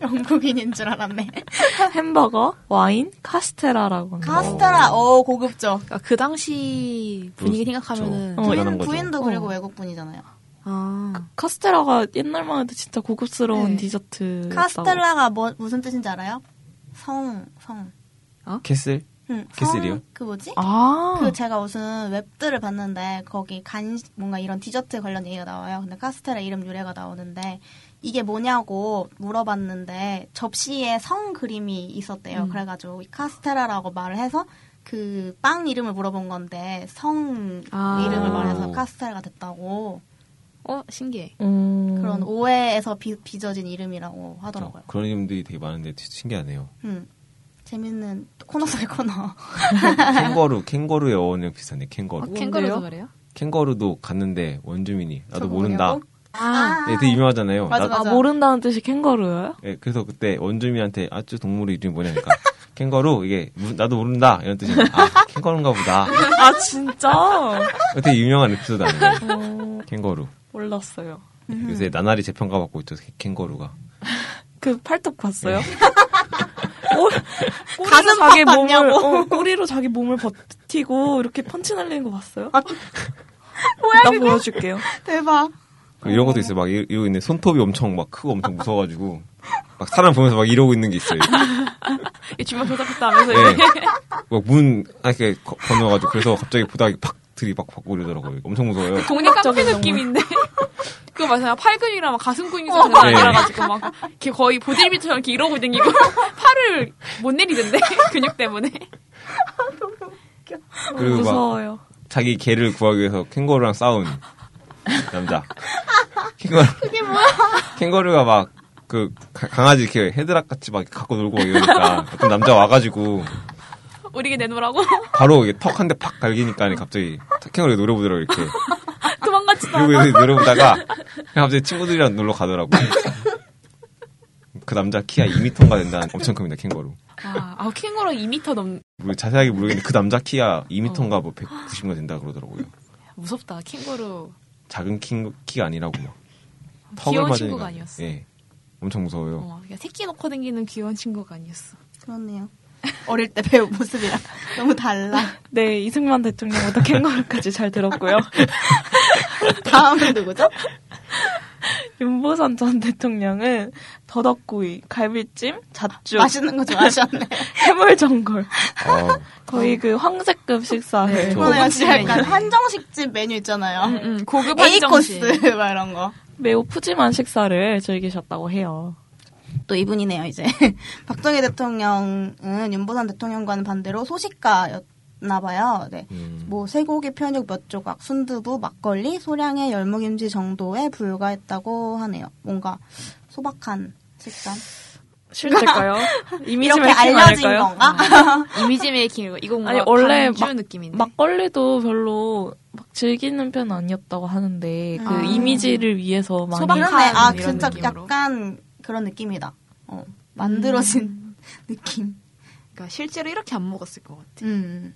Speaker 2: 영국인인 줄 알았네.
Speaker 1: 어.
Speaker 4: 햄버거, 와인, 카스테라라고 합니다.
Speaker 2: 카스테라, 오, 고급죠.
Speaker 3: 그러니까 그 당시 분위기
Speaker 1: 그렇죠.
Speaker 3: 생각하면은
Speaker 4: 어,
Speaker 1: 대단한
Speaker 2: 부인,
Speaker 1: 거죠.
Speaker 2: 부인도
Speaker 4: 어.
Speaker 2: 그리고 외국분이잖아요.
Speaker 3: 아,
Speaker 4: 카스테라가 옛날만 해도 진짜 고급스러운
Speaker 3: 네.
Speaker 4: 디저트.
Speaker 2: 카스텔라가 뭐, 무슨 뜻인지 알아요? 성, 성.
Speaker 1: 캐슬?
Speaker 2: 응,
Speaker 1: 캐슬이요?
Speaker 2: 성, 그 뭐지?
Speaker 4: 아,
Speaker 3: 어.
Speaker 2: 그 제가 무슨 웹들을 봤는데 거기 간 뭔가 이런 디저트 관련 얘기가 나와요. 근데 카스테라 이름 유래가 나오는데 이게 뭐냐고 물어봤는데 접시에 성 그림이 있었대요.
Speaker 3: 음.
Speaker 2: 그래가지고 이 카스테라라고 말을 해서 그 빵 이름을 물어본 건데 성
Speaker 3: 아.
Speaker 2: 이름을 말해서 카스테라가 됐다고
Speaker 3: 어 신기해.
Speaker 4: 음,
Speaker 2: 그런 오해에서 비, 빚어진 이름이라고 하더라고요.
Speaker 1: 그런 이름들이 되게 많은데 진짜 신기하네요.
Speaker 2: 음. 재밌는 코너 속의 코너.
Speaker 1: 그 캥거루, 캥거루의 어원이랑 비슷한데
Speaker 3: 아,
Speaker 1: 캥거루.
Speaker 3: 캥거루도 그래요?
Speaker 1: 캥거루도 갔는데 원주민이 나도
Speaker 2: 저거
Speaker 1: 모른다.
Speaker 2: 뭐냐고?
Speaker 3: 아,
Speaker 1: 네, 되게 유명하잖아요.
Speaker 2: 맞아,
Speaker 1: 나-
Speaker 4: 아,
Speaker 2: 맞아.
Speaker 4: 모른다는
Speaker 2: *laughs*
Speaker 4: 뜻이 캥거루예요?
Speaker 1: 예, 그래서 그때 원주민한테 아주 동물 이름이 뭐냐니까 *laughs* 캥거루 이게 무- 나도 모른다 이런 뜻이 아 캥거루인가 보다
Speaker 4: 아 진짜? 어,
Speaker 1: 되게 유명한 에피소드 아니에요 캥거루
Speaker 4: 몰랐어요.
Speaker 2: 음.
Speaker 1: 요새 나날이 재평가 받고 있죠 캥거루가
Speaker 4: 그 팔뚝 봤어요?
Speaker 3: 네.
Speaker 4: *laughs* 꼬리, 꼬리로
Speaker 2: 가슴
Speaker 4: 자기
Speaker 2: 팍
Speaker 4: 몸을
Speaker 2: 봤냐고.
Speaker 4: 어, 꼬리로 자기 몸을 버티고 이렇게 펀치 날리는 거 봤어요?
Speaker 3: 아,
Speaker 4: *laughs*
Speaker 2: 뭐야,
Speaker 4: 나
Speaker 2: 그거?
Speaker 4: 보여줄게요.
Speaker 2: 대박.
Speaker 1: 그 이런 것도 있어요 막 이- 이러고 있는 손톱이 엄청 막 크고 엄청 무서워가지고 막 사람 보면서 막 이러고 있는 게 있어요
Speaker 3: 이 주먹 조잡했다 하면서
Speaker 1: 네.
Speaker 3: 이렇게
Speaker 1: 막문 아, 이렇게 거- 건너가지고 그래서 갑자기 보다 팍 들이 막 받고 이러더라고요 엄청 무서워요
Speaker 3: *laughs* 동네 깡패 느낌인데.
Speaker 4: *laughs*
Speaker 3: 그거 맞아요. 팔근이랑 막 가슴
Speaker 4: 어,
Speaker 3: 근육이 장난 아니라가지고 막 이렇게 거의 보들비처럼 이렇게 이러고 다니고 *laughs* 팔을 못 내리던데 *laughs* 근육 때문에.
Speaker 1: *laughs* 그리고 막
Speaker 4: 무서워요.
Speaker 1: 자기 개를 구하기 위해서 캥거루랑 싸운 남자 캥거루
Speaker 2: 이게 뭐야?
Speaker 1: 캥거루가 막 그 강아지 이렇게 헤드락 같이 막 갖고 놀고 막 이러니까 어떤 남자 와가지고
Speaker 3: 우리게 내놓으라고 *laughs*
Speaker 1: 바로 이게 턱 한 대 팍 갈기니까 갑자기 캥거루 노래 보더라고 이렇게
Speaker 3: 도망갔지도 않아.
Speaker 1: 그리고 노래 보다가 갑자기 친구들이랑 놀러 가더라고 그 남자 키가 2미터인가 된다는 엄청 큽니다 캥거루
Speaker 3: 아, 아 캥거루 2m 넘
Speaker 1: 뭐 자세하게 모르겠는데 그 남자 키가 2미터인가 뭐 190인가 된다 그러더라고요
Speaker 3: 무섭다. 캥거루.
Speaker 1: 작은 키, 키가 아니라고 막
Speaker 3: 귀여운
Speaker 1: 맞으니까.
Speaker 3: 친구가 아니었어.
Speaker 1: 예 엄청 무서워요
Speaker 3: 어, 그냥 새끼 놓고 다니는 귀여운 친구가 아니었어.
Speaker 2: 그렇네요. 어릴 때 배운 모습이랑 *laughs* 너무 달라.
Speaker 4: 네, 이승만 대통령보다 캥거루까지 잘
Speaker 3: *laughs*
Speaker 4: 들었고요.
Speaker 2: 다음은 누구죠?
Speaker 4: 윤보선 전 대통령은 더덕구이, 갈비찜, 잣죽,
Speaker 2: 맛있는 거 좋아하셨네.
Speaker 4: 해물전골.
Speaker 1: 아,
Speaker 4: 거의 그 황제급 식사를.
Speaker 1: 저-
Speaker 2: 오늘 진짜
Speaker 3: 고급진
Speaker 2: 약간
Speaker 3: 메뉴.
Speaker 2: 한정식집 메뉴 있잖아요.
Speaker 3: 응, 고급
Speaker 2: A
Speaker 3: 한정식.
Speaker 2: 코스 막 이런 거.
Speaker 4: 매우 푸짐한 식사를 즐기셨다고 해요.
Speaker 2: 또 이분이네요 이제. *laughs* 박정희 대통령은 윤보선 대통령과는 반대로 소식가였나 봐요. 네.
Speaker 3: *laughs*
Speaker 1: 음.
Speaker 2: 뭐 쇠고기 편육 몇 조각, 순두부, 막걸리, 소량의 열무김치 정도에 불과했다고 하네요. 뭔가 소박한 식단. *laughs*
Speaker 4: 실제일까요? 이미지
Speaker 2: 이렇게
Speaker 4: 메이킹
Speaker 2: 알려진
Speaker 4: 아닐까요?
Speaker 2: 건가?
Speaker 3: 음. *laughs* 이미지 메이킹 이거 뭔가
Speaker 4: 아니, 원래
Speaker 3: 강조
Speaker 4: 막-
Speaker 3: 느낌인데.
Speaker 4: 막걸리도 별로 막 즐기는 편 아니었다고 하는데 그
Speaker 2: 아.
Speaker 4: 이미지를 위해서 많이
Speaker 3: 소박한
Speaker 2: 그러네. 아,
Speaker 3: 이런
Speaker 2: 진짜
Speaker 3: 느낌으로.
Speaker 2: 약간 그런 느낌이다. 어, 만들어진
Speaker 3: 음.
Speaker 2: *laughs* 느낌.
Speaker 3: 그러니까 실제로 이렇게 안 먹었을 것 같아.
Speaker 2: 음.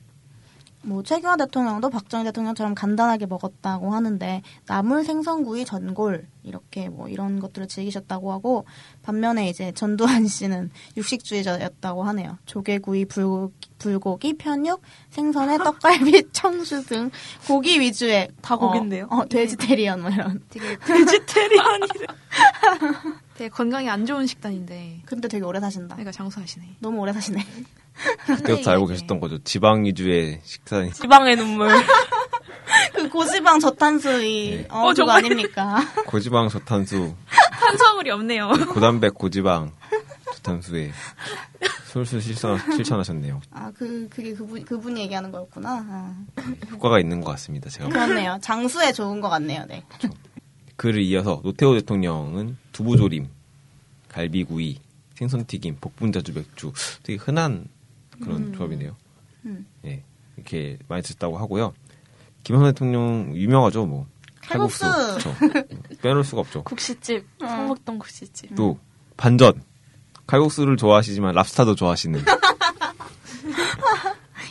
Speaker 2: 뭐 최규하 대통령도 박정희 대통령처럼 간단하게 먹었다고 하는데 나물 생선구이 전골 이렇게 뭐 이런 것들을 즐기셨다고 하고 반면에 이제 전두환 *laughs* 씨는 육식주의자였다고 하네요. 조개구이, 불, 불고기, 편육,
Speaker 3: *laughs*
Speaker 2: 생선에 떡갈비, 청수 등 고기 위주의
Speaker 4: 다 고기인데요?
Speaker 2: 어, 어, 돼지테리언 뭐 이런.
Speaker 3: *laughs* 되게
Speaker 4: 베지테리안이래.
Speaker 3: 되게 건강에 안 좋은 식단인데.
Speaker 2: 근데 되게 오래 사신다.
Speaker 3: 내가 장수하시네.
Speaker 2: 너무 오래 사시네.
Speaker 1: 그때부터 알고 계셨던 거죠 지방 위주의 식사니
Speaker 4: 지방의 눈물.
Speaker 2: 그 고지방 저탄수 이
Speaker 1: 네.
Speaker 2: 어,
Speaker 3: 어,
Speaker 2: 그거
Speaker 3: 정말?
Speaker 2: 아닙니까?
Speaker 1: 고지방 저탄수 그
Speaker 3: 탄수화물이 없네요.
Speaker 1: 고단백 고지방 저탄수의 술술 실천, 실천하셨네요.
Speaker 2: 아, 그, 그게 그분, 그분이 얘기하는 거였구나. 아,
Speaker 1: 효과가 있는 것 같습니다. 제가
Speaker 2: 그렇네요. 장수에 좋은 것 같네요, 네.
Speaker 1: 그를 이어서 노태우 대통령은 두부조림, 갈비구이, 생선튀김, 복분자주 맥주 되게 흔한 그런 조합이네요.
Speaker 2: 음.
Speaker 1: 예, 이렇게 많이 드셨다고 하고요. 김현우 대통령 유명하죠, 뭐
Speaker 2: 칼국수. 음.
Speaker 1: 그쵸. 뭐 빼놓을 수가 없죠.
Speaker 4: 국시집 성북동
Speaker 1: *laughs*
Speaker 4: 국시집
Speaker 1: 또 반전 칼국수를 좋아하시지만 랍스타도
Speaker 2: *laughs*
Speaker 1: 좋아하시는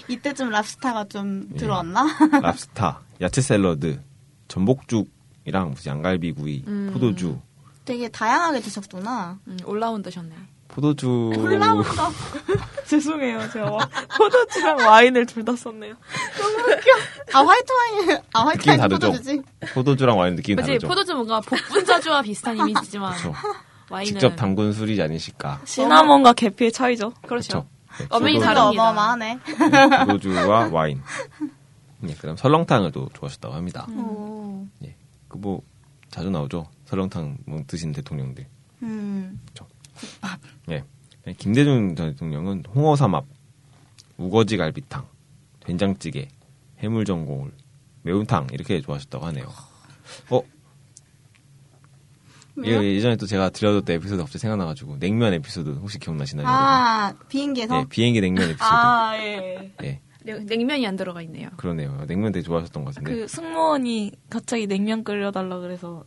Speaker 2: 이때쯤 랍스타가 좀
Speaker 1: 예.
Speaker 2: 들어왔나? *laughs*
Speaker 1: 랍스타, 야채 샐러드, 전복죽이랑 무슨 양갈비구이,
Speaker 3: 음.
Speaker 1: 포도주,
Speaker 2: 되게 다양하게 드셨구나.
Speaker 3: 음, 올라운드셨네.
Speaker 1: 포도주
Speaker 2: 올라온다.
Speaker 4: 죄송해요 제가 와- *laughs* 포도주랑 와인을 둘 다 썼네요
Speaker 2: 아, 화이트 와인, 아, 화이트
Speaker 1: 느낌
Speaker 2: 와인
Speaker 1: 다르죠.
Speaker 2: 포도주지.
Speaker 1: 포도주랑 와인 느낌이
Speaker 3: 그지
Speaker 1: 다르죠.
Speaker 3: 포도주 뭔가 복분자주와 *laughs* 비슷한 이미지지만
Speaker 1: 그렇죠.
Speaker 3: 와인은
Speaker 1: 직접 담근 술이지 않으실까.
Speaker 4: 시나몬과 계피의 차이죠
Speaker 3: 그렇죠.
Speaker 1: 네,
Speaker 3: 엄연히
Speaker 1: 포도주,
Speaker 3: 다릅니다.
Speaker 2: 어마어마하네.
Speaker 1: 그 포도주와 와인. 네, 그다음 설렁탕을 또 좋아하셨다고 합니다.
Speaker 3: 음.
Speaker 2: 오.
Speaker 1: 그 뭐 자주 나오죠. 설렁탕 뭐 드신 대통령들.
Speaker 2: 음.
Speaker 1: 예. 김대중 전 대통령은 홍어삼합, 우거지 갈비탕, 된장찌개, 해물전골, 매운탕 이렇게 좋아하셨다고 하네요. 어?
Speaker 2: 왜요?
Speaker 1: 예, 예전에 또 제가 들려줬던 에피소드 갑자기 생각나가지고 냉면 에피소드 혹시 기억나시나요?
Speaker 2: 아, 비행기에서?
Speaker 1: 여러분? 예, 비행기 냉면
Speaker 3: 아,
Speaker 1: 에피소드.
Speaker 4: 예.
Speaker 1: 예,
Speaker 3: 네, 냉- 냉면이 안 들어가 있네요.
Speaker 1: 그러네요. 냉면 되게 좋아하셨던 것 같은데.
Speaker 4: 그 승무원이 갑자기 냉면 끓여달라 그래서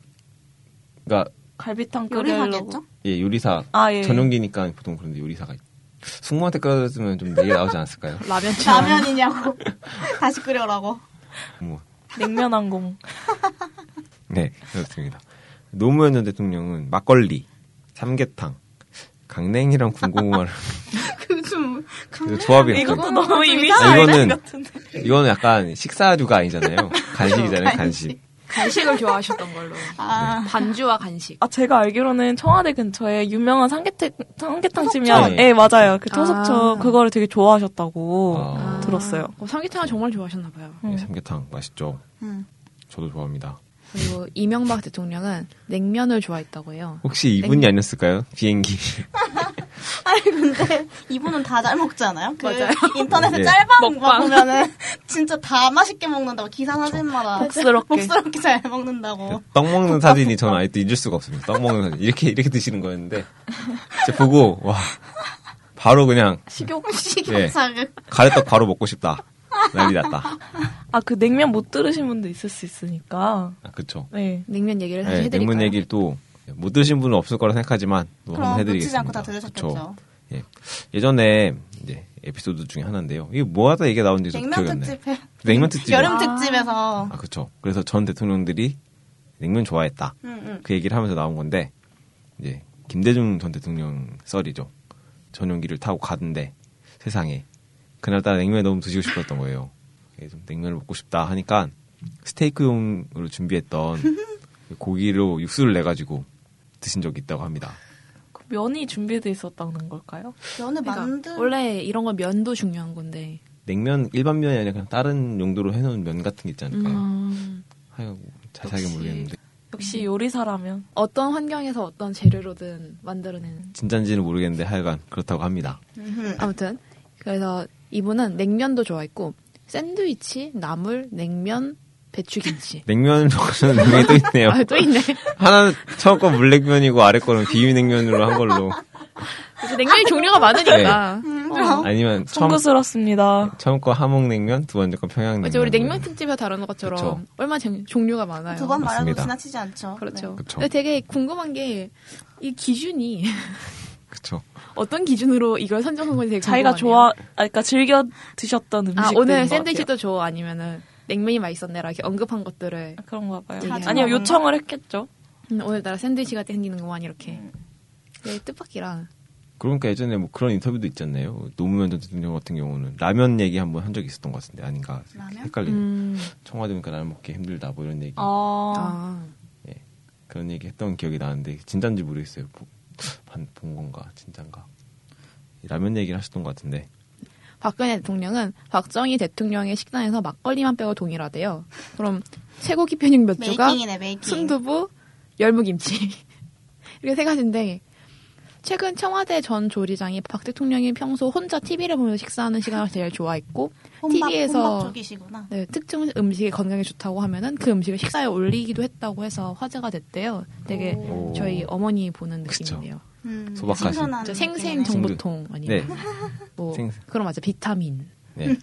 Speaker 1: 그러니까
Speaker 4: 갈비탕
Speaker 2: 요리사겠죠?
Speaker 4: 끓여달라고
Speaker 1: 예, 요리사
Speaker 4: 아, 예.
Speaker 1: 전용기니까 보통 그런데 요리사가 있- 승무원한테 끌어줬으면 좀 얘기 나오지
Speaker 4: *laughs*
Speaker 1: 않았을까요?
Speaker 3: 라면처럼.
Speaker 2: 라면이냐고. *laughs* 다시 끓여라고. *laughs*
Speaker 1: 뭐.
Speaker 4: 냉면 항공
Speaker 1: 네, 그렇습니다. 노무현 전 대통령은 막걸리, 삼계탕, 강냉이랑
Speaker 4: *laughs*
Speaker 1: 군고구마를
Speaker 2: 그좀
Speaker 1: 그 조합이
Speaker 2: 이거-
Speaker 1: 약간
Speaker 4: 이것도
Speaker 2: 이상하네.
Speaker 4: 너무 뭐 이미
Speaker 1: 아, 이거는-
Speaker 4: 같은데
Speaker 1: 이거는 약간 식사류가
Speaker 4: *laughs*
Speaker 1: 아니잖아요. 간식이잖아요, 간식.
Speaker 3: 간식을 좋아하셨던 걸로.
Speaker 2: 아,
Speaker 3: 반주와 간식.
Speaker 4: 아 제가 알기로는 청와대 근처에 유명한 삼계탕 삼계탕집이면
Speaker 1: 토속촌.
Speaker 4: 예 맞아요 그 토속촌
Speaker 3: 아.
Speaker 4: 그거를 되게 좋아하셨다고
Speaker 1: 아.
Speaker 4: 들었어요.
Speaker 3: 어, 삼계탕을 정말 좋아하셨나 봐요.
Speaker 4: 음.
Speaker 1: 네, 삼계탕 맛있죠.
Speaker 2: 음.
Speaker 1: 저도 좋아합니다.
Speaker 3: 그리고 이명박 대통령은 냉면을 좋아했다고 해요.
Speaker 1: 혹시 이분이 아니었을까요? 비행기.
Speaker 2: 아니 근데 이분은 다 잘 먹지 않아요? 그
Speaker 3: 맞아요.
Speaker 2: 인터넷에
Speaker 1: 예.
Speaker 2: 짤방
Speaker 3: 먹방.
Speaker 2: 보면은 *laughs* 진짜 다 맛있게 먹는다고 기사 사진마다
Speaker 4: 복스럽게.
Speaker 2: 복스럽게 잘
Speaker 1: *laughs*
Speaker 2: 먹는다고.
Speaker 1: 그 떡 먹는 사진이 저는 아직도 잊을 수가 없습니다. 떡 먹는 사진. 이렇게, 이렇게 드시는 거였는데. 제가 보고, 와. 바로 그냥
Speaker 2: *laughs* 식욕
Speaker 1: 예.
Speaker 2: 식욕 자극.
Speaker 1: 가래떡 바로 먹고 싶다. 난리 났다.
Speaker 4: 아 그 냉면 못 들으신 분도 있을 수 있으니까
Speaker 1: 아, 그쵸.
Speaker 4: 네
Speaker 3: 냉면 얘기를 다시
Speaker 1: 네,
Speaker 3: 해드릴까요?
Speaker 1: 냉문 얘기를 또못 들으신 분은 없을 거라 생각하지만 또
Speaker 2: 그럼
Speaker 1: 한번
Speaker 2: 놓치지
Speaker 1: 해드리겠습니다.
Speaker 2: 않고 다 들으셨겠죠.
Speaker 1: 그쵸. 예. 예전에 이제 에피소드 중에 하나인데요. 이게 뭐 하다 얘기가 나온지 저도
Speaker 2: 냉면
Speaker 1: 기억이 안 나요.
Speaker 2: 특집 해.
Speaker 1: 냉면 특집.
Speaker 2: 여름
Speaker 1: 아,
Speaker 2: 특집에서.
Speaker 1: 아 그렇죠. 그래서 전 대통령들이 냉면 좋아했다.
Speaker 2: 응, 응.
Speaker 1: 그 얘기를 하면서 나온 건데 이제 김대중 전 대통령 썰이죠. 전용기를 타고 가는데 세상에 그날따라 냉면 너무 드시고 싶었던 거예요. 그래서 좀 냉면을 먹고 싶다 하니까 스테이크용으로
Speaker 3: *laughs*
Speaker 1: 준비했던 그 고기로 육수를 내 가지고 드신 적이 있다고 합니다.
Speaker 4: 그 면이 준비돼 있었다는 걸까요?
Speaker 2: 면을
Speaker 3: 그러니까
Speaker 2: 만든
Speaker 3: 원래 이런 건 면도 중요한 건데.
Speaker 1: 냉면 일반 면이 아니라 그냥 다른 용도로 해놓은 면 같은 게 있지 않을까. 하여간 자세하게
Speaker 3: 음. 역시.
Speaker 1: 모르겠는데
Speaker 4: 역시 요리사라면
Speaker 3: 어떤 환경에서 어떤 재료로든 만들어내는.
Speaker 1: 진짠지는 모르겠는데 하여간 그렇다고 합니다.
Speaker 2: 음흠.
Speaker 3: 아무튼 그래서 이분은 냉면도 좋아했고 샌드위치, 나물, 냉면, 배추김치.
Speaker 1: 냉면을 *laughs* 먹으면 냉면이 또 있네요.
Speaker 3: 아, 또 있네.
Speaker 1: 하나는 처음 거 물냉면이고 아래 거는 비빔냉면으로 한 걸로
Speaker 3: 그래서 냉면이 종류가 많으니까.
Speaker 1: 네.
Speaker 2: 음, 그럼.
Speaker 3: 어?
Speaker 1: 아니면 처음
Speaker 4: 송구스럽습니다.
Speaker 1: 처음 거 하몽냉면 두 번째 거 평양냉면
Speaker 3: 어제 우리 냉면 특집에 다룬 것처럼
Speaker 1: 음. 그쵸.
Speaker 3: 얼마나 쟁- 종류가 많아요.
Speaker 2: 두 번 말해도
Speaker 1: 맞습니다.
Speaker 2: 지나치지 않죠. 네.
Speaker 3: 그렇죠.
Speaker 1: 그쵸.
Speaker 3: 근데 되게 궁금한 게 이 기준이 *laughs*
Speaker 1: 그쵸
Speaker 3: 어떤 기준으로 이걸 선정한 건지 되게
Speaker 4: 자기가
Speaker 3: 궁금하네요.
Speaker 4: 좋아, 아, 그러니까 즐겨 드셨던 음식.
Speaker 3: 아 오늘 샌드위치도 좋아 아니면은 냉면이 맛있었네라 이렇게 언급한 것들을
Speaker 4: 아, 그런가 봐요.
Speaker 3: 네.
Speaker 4: 아니요 요청을 했겠죠.
Speaker 3: 음, 오늘따라 샌드위치가 땡기는구만 이렇게. 네, 뜻밖이라.
Speaker 1: 그러니까 예전에 뭐 그런 인터뷰도 있잖아요 노무현 전 대통령 같은 경우는 라면 얘기 한번 한 적이 있었던 것 같은데 아닌가
Speaker 2: 라면?
Speaker 1: 헷갈리네
Speaker 3: 음.
Speaker 1: 청와대니까 라면 먹기 힘들다 뭐 이런 얘기
Speaker 4: 아,
Speaker 3: 아.
Speaker 1: 그런 얘기 했던 기억이 나는데 진짠지 모르겠어요 보- 반- 본 건가 진짠가 라면 얘기를 하셨던 것 같은데
Speaker 3: 박근혜 대통령은 박정희 대통령의 식단에서 막걸리만 빼고 동일하대요. 그럼 최고기 메뉴 몇 조각,
Speaker 2: 메이킹이네 메이킹.
Speaker 3: *laughs* 순두부, 열무김치 이렇게 세 가지인데 최근 청와대 전 조리장이 박 대통령이 평소 혼자 TV를 보면서 식사하는 시간을 제일 좋아했고
Speaker 2: 혼밥,
Speaker 3: TV에서
Speaker 2: 혼밥 쪽이시구나.
Speaker 3: 네, 특정 음식이 건강에 좋다고 하면은 그 음식을 식사에 올리기도 했다고 해서 화제가 됐대요. 되게
Speaker 1: 오.
Speaker 3: 저희 어머니 보는
Speaker 1: 그쵸.
Speaker 3: 느낌이네요.
Speaker 2: 음,
Speaker 1: 소박하신.
Speaker 2: 신선한
Speaker 3: 저 생생
Speaker 2: 느낌이네.
Speaker 3: 정보통 아니면
Speaker 1: 네.
Speaker 3: 뭐
Speaker 1: 생생.
Speaker 3: 그럼 맞아 비타민
Speaker 1: 네.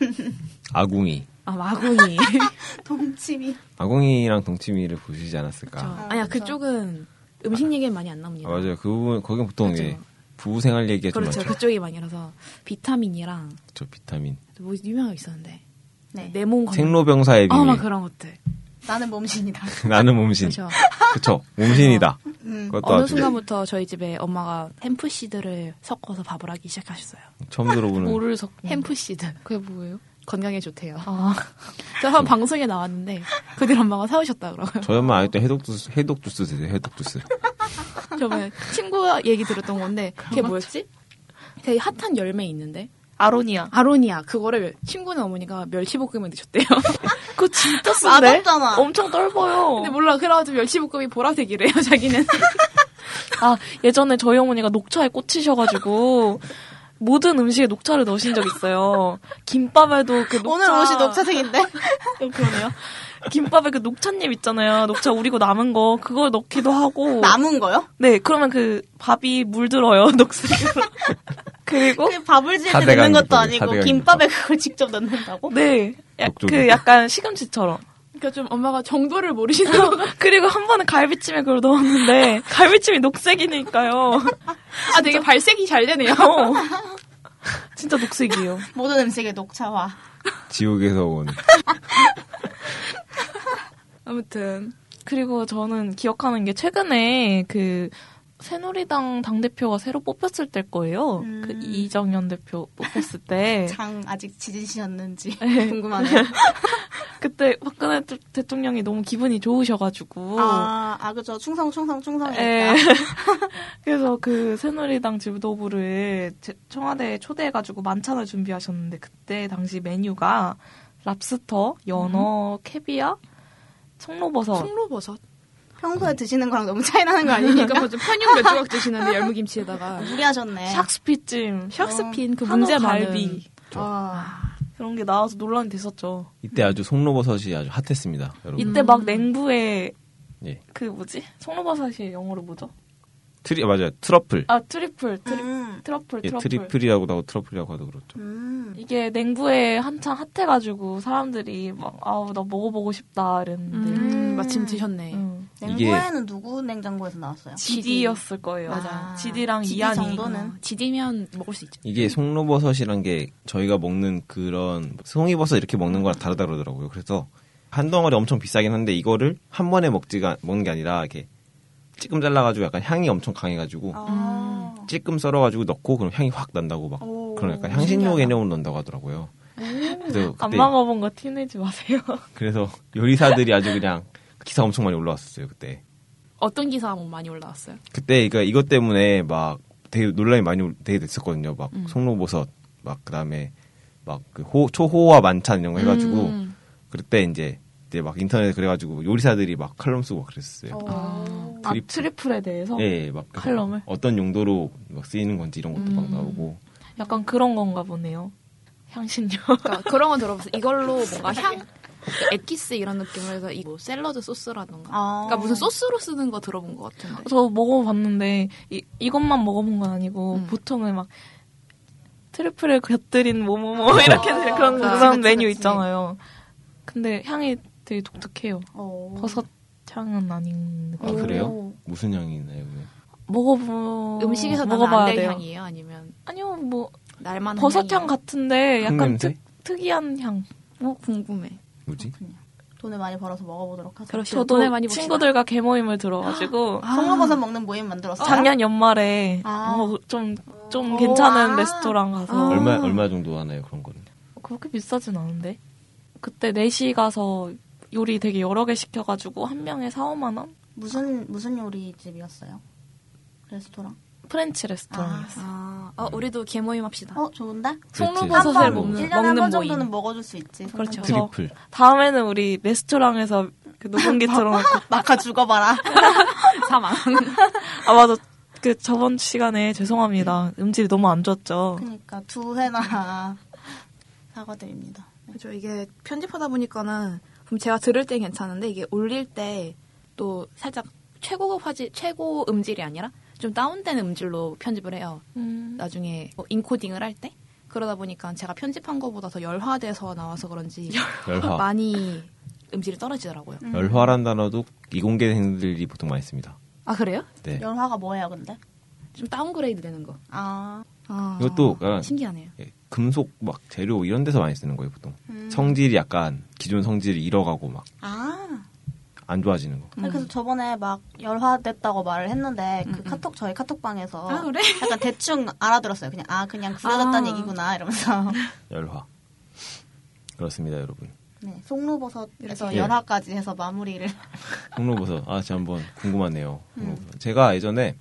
Speaker 1: 아궁이.
Speaker 3: 아 마구니
Speaker 1: 그러니까.
Speaker 2: 동치미.
Speaker 1: 아궁이랑 동치미를 보시지 않았을까.
Speaker 3: 그쵸.
Speaker 1: 아,
Speaker 3: 아니야
Speaker 2: 그쵸.
Speaker 3: 그쪽은 음식 얘기는 많이 안 나옵니다.
Speaker 1: 맞아요. 그 부분, 거긴 보통
Speaker 3: 그쵸.
Speaker 1: 이제 부부 생활 얘기가 좀
Speaker 3: 그렇죠
Speaker 1: 많죠.
Speaker 3: 그쪽이 많이라서 비타민이랑
Speaker 1: 그렇죠. 비타민.
Speaker 3: 또뭐 유명한 거 있었는데
Speaker 2: 네.
Speaker 3: 내 몸 건강
Speaker 1: 생로병사의 비밀.
Speaker 3: 어, 아막 그런 것들
Speaker 2: 나는
Speaker 1: *laughs*
Speaker 2: 몸신이다.
Speaker 1: 나는 몸신.
Speaker 3: 그렇죠.
Speaker 1: 그렇죠. 몸신이다.
Speaker 2: 음.
Speaker 1: 그것도
Speaker 3: 어느
Speaker 1: 아주
Speaker 3: 순간부터 뭐 저희 집에 엄마가 햄프 씨드를 섞어서 밥을 하기 시작하셨어요.
Speaker 1: 처음 들어보는
Speaker 4: 뭐를 섞고.
Speaker 3: 햄프 씨드 그게 뭐예요? 건강에 좋대요.
Speaker 4: 아,
Speaker 3: 저 한 방송에 나왔는데 그들 엄마가 사오셨다 그러고요.
Speaker 1: 저희 엄마 아직도 해독 주스 해독 주스 드세요. 해독
Speaker 3: *laughs*
Speaker 1: 주스.
Speaker 3: 저번에 친구 얘기 들었던 건데 그게 뭐였지? 되게 핫한 열매 있는데
Speaker 4: 아로니아.
Speaker 3: 아로니아 그거를 친구네 어머니가 멸치볶음에 넣으셨대요.
Speaker 4: *laughs* 그거 진짜 쓴데?
Speaker 2: 맛없잖아.
Speaker 4: 엄청 떫어요.
Speaker 3: 근데 몰라 그래가지고 멸치볶음이 보라색이래요 자기는. *laughs*
Speaker 4: 아, 예전에 저희 어머니가 녹차에 꽂히셔가지고 모든 음식에 녹차를 넣으신 적 있어요. 김밥에도 그 녹차.
Speaker 2: 오늘 옷이 녹차색인데?
Speaker 4: 어, 그러네요. 김밥에 그 녹차잎 있잖아요. 녹차 우리고 남은 거 그걸 넣기도
Speaker 2: *laughs*
Speaker 4: 하고.
Speaker 2: 남은 거요?
Speaker 4: 네, 그러면 그 밥이 물들어요 *laughs* 녹색으로. 그리고
Speaker 2: 그 밥을
Speaker 1: 다
Speaker 2: 지을 때 넣는
Speaker 1: 돼가는
Speaker 2: 것도
Speaker 1: 거예요. 다
Speaker 2: 아니고
Speaker 1: 돼가는
Speaker 2: 김밥에 그걸 직접 넣는다고?
Speaker 4: 네, 야-
Speaker 1: 녹조개.
Speaker 4: 그 약간 시금치처럼.
Speaker 3: 그러니까 좀 엄마가 정도를
Speaker 4: *laughs*
Speaker 3: 모르시는 거.
Speaker 4: 그리고 한 번은 갈비찜에 그걸 넣었는데 갈비찜이 녹색이니까요.
Speaker 3: 아 되게 발색이 잘 되네요.
Speaker 4: 어. 진짜 녹색이에요.
Speaker 2: *laughs* 모든 음식에 녹차화.
Speaker 1: 지옥에서 온
Speaker 3: 아무튼
Speaker 4: 그리고 저는 기억하는 게 최근에 그 새누리당 당대표가 새로 뽑혔을 때일 거예요.
Speaker 2: 음.
Speaker 4: 그 이정현 대표 뽑혔을
Speaker 2: *laughs*
Speaker 4: 때.
Speaker 2: 장 아직 지지셨는지
Speaker 4: 네.
Speaker 2: 네. *laughs* 궁금하네요.
Speaker 4: 그때 박근혜 대- 대통령이 너무 기분이 좋으셔가지고.
Speaker 2: 아, 아 그죠. 충성, 충성,
Speaker 4: 예.
Speaker 2: 충성이니까.
Speaker 4: *laughs* 그래서 그 새누리당 지도부를 제- 청와대에 초대해가지고 만찬을 준비하셨는데 그때 당시 메뉴가 랍스터, 연어, 캐비아, 청로버섯.
Speaker 3: 송로버섯.
Speaker 2: *laughs* 평소에 드시는 거랑 너무 차이 나는 거 아니니까
Speaker 3: 그러니까 뭐좀 편육 몇 조각 드시는데
Speaker 2: *laughs*
Speaker 3: 열무김치에다가
Speaker 2: 무리하셨네.
Speaker 4: 샥스피찜
Speaker 3: 샥스핀 그
Speaker 4: 어. 한우
Speaker 3: 문제 많은
Speaker 4: 갈비
Speaker 2: 와.
Speaker 4: 그런 게 나와서 논란이 됐었죠.
Speaker 1: 이때 아주 송로버섯이 아주 핫했습니다. 여러분.
Speaker 4: 이때 막 냉부에
Speaker 1: 예.
Speaker 4: 그 뭐지? 송로버섯이 영어로 뭐죠?
Speaker 1: 트리 맞아요. 트러플.
Speaker 4: 아 트리플 트리,
Speaker 2: 음.
Speaker 4: 트러플
Speaker 1: 예,
Speaker 4: 트러플
Speaker 1: 트리플이라고도 하고 트러플이라고 하도 그렇죠.
Speaker 2: 음.
Speaker 4: 이게 냉부에 한창 핫해가지고 사람들이 막 아우 나 먹어보고 싶다 이랬는데
Speaker 3: 음, 마침 드셨네.
Speaker 4: 음.
Speaker 2: 냉고에는 누구 냉장고에서 나왔어요?
Speaker 4: GD였을 거예요. 음.
Speaker 2: 맞아.
Speaker 4: GD랑
Speaker 2: GD
Speaker 4: 이안이
Speaker 2: 정도는.
Speaker 3: 어, 지디면 먹을 수 있죠.
Speaker 1: 이게 송로버섯이란 게 저희가 먹는 그런 송이버섯 이렇게 먹는 거랑 다르다 그러더라고요. 그래서 한 덩어리 엄청 비싸긴 한데 이거를 한 번에 먹지가 먹는 게 아니라 이렇게 찌끔 잘라가지고 약간 향이 엄청 강해가지고
Speaker 2: 아.
Speaker 1: 찌끔 썰어가지고 넣고 그럼 향이 확 난다고 막
Speaker 2: 오,
Speaker 1: 그런 약간 그러니까 향신료
Speaker 2: 신기하다.
Speaker 1: 개념으로 넣는다고 하더라고요. 그래서
Speaker 4: 안
Speaker 1: 그때
Speaker 4: 먹어본 거 티내지 마세요. *laughs*
Speaker 1: 그래서 요리사들이 아주 그냥 기사 엄청 많이 올라왔었어요 그때.
Speaker 3: 어떤 기사 뭐 많이 올라왔어요?
Speaker 1: 그때 그러니까 이것 때문에 막 되게 논란이 많이 올- 되게 됐었거든요. 막
Speaker 3: 음.
Speaker 1: 송로버섯 막 그다음에 막 그 호- 초호화 만찬 이런 거 해가지고
Speaker 3: 음.
Speaker 1: 그때 이제 이제 막 인터넷에 그래가지고 요리사들이 막 칼럼 쓰고 막 그랬어요.
Speaker 2: 어.
Speaker 4: 아,
Speaker 1: 트리플.
Speaker 4: 트리플에 대해서
Speaker 1: 예, 막 그래서
Speaker 4: 칼럼을?
Speaker 1: 어떤 용도로 막 쓰이는 건지 이런 것도 막
Speaker 3: 음.
Speaker 1: 나오고
Speaker 4: 약간 그런 건가 보네요. 향신료.
Speaker 3: 그러니까 그런 건 들어봤어요. 이걸로 뭔가 향, 엑기스 이런 느낌으로 해서 이뭐 샐러드 소스라던가.
Speaker 2: 아.
Speaker 3: 그러니까 무슨 소스로 쓰는 거 들어본 것 같은데.
Speaker 4: 저 먹어봤는데 이, 이것만 먹어본 건 아니고
Speaker 3: 음.
Speaker 4: 보통은 막 트리플에 곁들인 뭐뭐뭐 *laughs* 이렇게
Speaker 2: 아,
Speaker 4: 되는 그런
Speaker 3: 맞아.
Speaker 4: 그런
Speaker 2: 그치,
Speaker 4: 메뉴
Speaker 2: 그치.
Speaker 4: 있잖아요. 근데 향이 되게 독특해요.
Speaker 2: 어.
Speaker 4: 버섯 향은 아닌 느낌.
Speaker 1: 아,
Speaker 2: 오.
Speaker 1: 그래요? 무슨 향이 있나요? 그게?
Speaker 4: 먹어보
Speaker 3: 음식에서 나는
Speaker 4: 먹어봐야
Speaker 3: 안될
Speaker 4: 돼요.
Speaker 3: 향이에요? 아니면
Speaker 4: 아니요 뭐
Speaker 3: 날만
Speaker 4: 버섯 향 같은데 약간
Speaker 1: 흙냄새?
Speaker 4: 특, 특이한 향.
Speaker 3: 어, 궁금해.
Speaker 1: 뭐지?
Speaker 2: 그렇군요. 돈을 많이 벌어서 먹어보도록 하죠.
Speaker 3: 그렇죠.
Speaker 4: 저도
Speaker 3: 돈을 많이 봅시다. 아,
Speaker 4: 친구들과 개모임을 들어가지고
Speaker 2: 송로버섯 먹는 모임 만들었어요?
Speaker 4: 아. 작년 연말에 뭐
Speaker 2: 아.
Speaker 4: 좀좀
Speaker 2: 오,
Speaker 4: 괜찮은
Speaker 2: 아.
Speaker 4: 레스토랑 가서
Speaker 3: 아.
Speaker 1: 얼마 얼마 정도 하나요 그런 거는?
Speaker 4: 그렇게 비싸진 않은데 그때 4시 가서 요리 되게 여러 개 시켜가지고 한 명에 4, 5만 원?
Speaker 2: 무슨 무슨 요리집이었어요? 레스토랑.
Speaker 4: 프렌치 레스토랑이었어요.
Speaker 3: 아, 어, 우리도 개모임 합시다.
Speaker 2: 어 좋은데?
Speaker 1: 버섯을
Speaker 3: 송로버섯을
Speaker 2: 한번
Speaker 1: 먹는-
Speaker 3: 아. 먹는,
Speaker 2: 1년에 한
Speaker 3: 먹는
Speaker 2: 번
Speaker 3: 모임.
Speaker 2: 정도는 먹어줄 수 있지.
Speaker 4: 그렇죠.
Speaker 2: 송로버섯.
Speaker 1: 트리플.
Speaker 4: 다음에는 우리 레스토랑에서
Speaker 2: *laughs*
Speaker 4: 그 녹음기 틀어놓고
Speaker 3: *laughs*
Speaker 2: 막아 죽어봐라.
Speaker 3: 사망.
Speaker 4: 아 맞아 그 저번 시간에 죄송합니다. 음질이 너무 안 좋았죠.
Speaker 2: 그러니까 두 회나 *laughs* 사과드립니다.
Speaker 3: 그렇죠. 이게 편집하다 보니까는 그럼 제가 들을 땐 괜찮은데 이게 올릴 때 또 살짝 최고급 화질, 최고 음질이 아니라 좀 다운된 음질로 편집을 해요.
Speaker 4: 음,
Speaker 3: 나중에 뭐 인코딩을 할 때 그러다 보니까 제가 편집한 거보다 더 열화돼서 나와서 그런지
Speaker 1: 열화.
Speaker 3: 많이 음질이 떨어지더라고요.
Speaker 2: 음.
Speaker 1: 열화란 단어도 이공계생들이 보통 많이 씁니다.
Speaker 3: 아 그래요?
Speaker 1: 네.
Speaker 2: 열화가 뭐예요, 근데?
Speaker 3: 좀 다운그레이드 되는 거.
Speaker 2: 아,
Speaker 3: 아,
Speaker 1: 이것도 약간
Speaker 3: 신기하네요.
Speaker 1: 예, 금속 막 재료 이런 데서 많이 쓰는 거예요 보통.
Speaker 2: 음.
Speaker 1: 성질이 약간 기존 성질을 잃어가고 막 안
Speaker 2: 아.
Speaker 1: 좋아지는 거.
Speaker 2: 아니, 그래서 저번에 막 열화됐다고 말을 했는데 그 카톡 저희 카톡방에서
Speaker 3: 아, 그래?
Speaker 2: 약간 대충 알아들었어요. 그냥 아 그냥 구려졌다는
Speaker 3: 아.
Speaker 2: 얘기구나 이러면서
Speaker 1: 열화. 그렇습니다 여러분.
Speaker 2: 네, 송로버섯에서
Speaker 1: 이렇게.
Speaker 2: 열화까지 해서 마무리를
Speaker 1: 홍로버섯 아저 한번 궁금하네요. 홍로버섯. 제가 예전에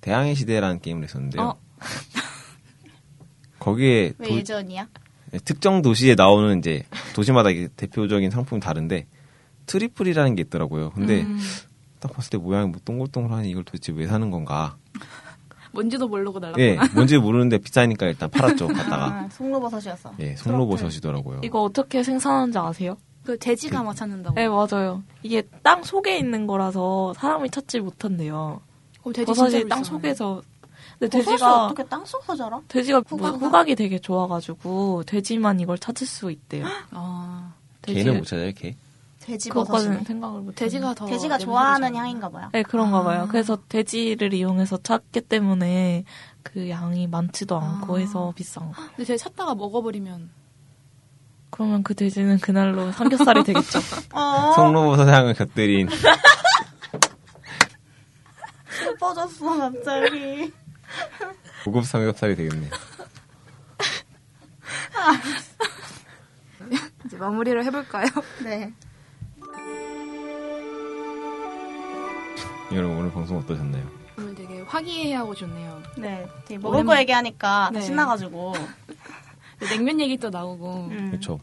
Speaker 1: 대항해 시대라는 게임을 했었는데요.
Speaker 4: 어.
Speaker 1: 거기에
Speaker 2: 왜
Speaker 1: 도- 네,
Speaker 2: 예전이야?
Speaker 1: 특정 도시에 나오는 이제 도시마다 이게 대표적인 상품이 다른데 트리플이라는 게 있더라고요. 근데 딱 봤을 때 모양이 뭐 동글동글하니 이걸 도대체 왜 사는 건가?
Speaker 3: 뭔지도 모르고 날라.
Speaker 1: 예, 뭔지 모르는데 비싸니까 일단 팔았죠. 갔다가.
Speaker 2: 아, 송로버섯이었어.
Speaker 1: 예, 송로버섯이더라고요.
Speaker 4: 이거 어떻게 생산하는지 아세요?
Speaker 3: 그 돼지가 막 찾는다고.
Speaker 4: 네, 맞아요. 이게 땅 속에 있는 거라서 사람이 찾지 못한대요.
Speaker 3: 어,
Speaker 2: 네,
Speaker 3: 돼지
Speaker 4: 버섯이
Speaker 3: 진짜
Speaker 4: 땅
Speaker 3: 비싸요.
Speaker 4: 속에서. 근데
Speaker 2: 버섯이
Speaker 4: 돼지가
Speaker 2: 어떻게 땅속에서 자라?
Speaker 4: 돼지가 뭐
Speaker 2: 후각?
Speaker 4: 후각이 되게 좋아가지고 돼지만 이걸 찾을 수 있대요.
Speaker 3: 아,
Speaker 1: 개는 못 찾아요, 개.
Speaker 2: 돼지
Speaker 4: 그것까지는
Speaker 2: 버섯이네.
Speaker 4: 생각을 못.
Speaker 3: 돼지가 더
Speaker 2: 돼지가
Speaker 3: 냄새가
Speaker 2: 좋아하는
Speaker 3: 좋아요.
Speaker 2: 향인가 봐요.
Speaker 4: 네, 그런가 봐요. 그래서 돼지를 이용해서 찾기 때문에 그 양이 많지도 않고
Speaker 3: 아.
Speaker 4: 해서 비싼 거.
Speaker 3: 근데 제가 찾다가 먹어버리면
Speaker 4: 그러면 그 돼지는 그날로 삼겹살이 되겠죠.
Speaker 2: 어,
Speaker 1: 송로버섯 향을 아. 곁들인 *laughs*
Speaker 2: 슬퍼졌어 갑자기.
Speaker 1: 고급 삼겹살이 되겠네요.
Speaker 3: 이제 마무리를 해볼까요?
Speaker 2: 네.
Speaker 1: 여러분, 오늘 방송 어떠셨나요?
Speaker 3: *laughs* 오늘 되게 화기애애하고 좋네요.
Speaker 2: 네, 되게 먹을
Speaker 3: 오랜만-
Speaker 2: 거 얘기하니까
Speaker 3: 네.
Speaker 2: 신나가지고.
Speaker 3: 근데 냉면 얘기 또 나오고
Speaker 2: 음.
Speaker 1: 그쵸.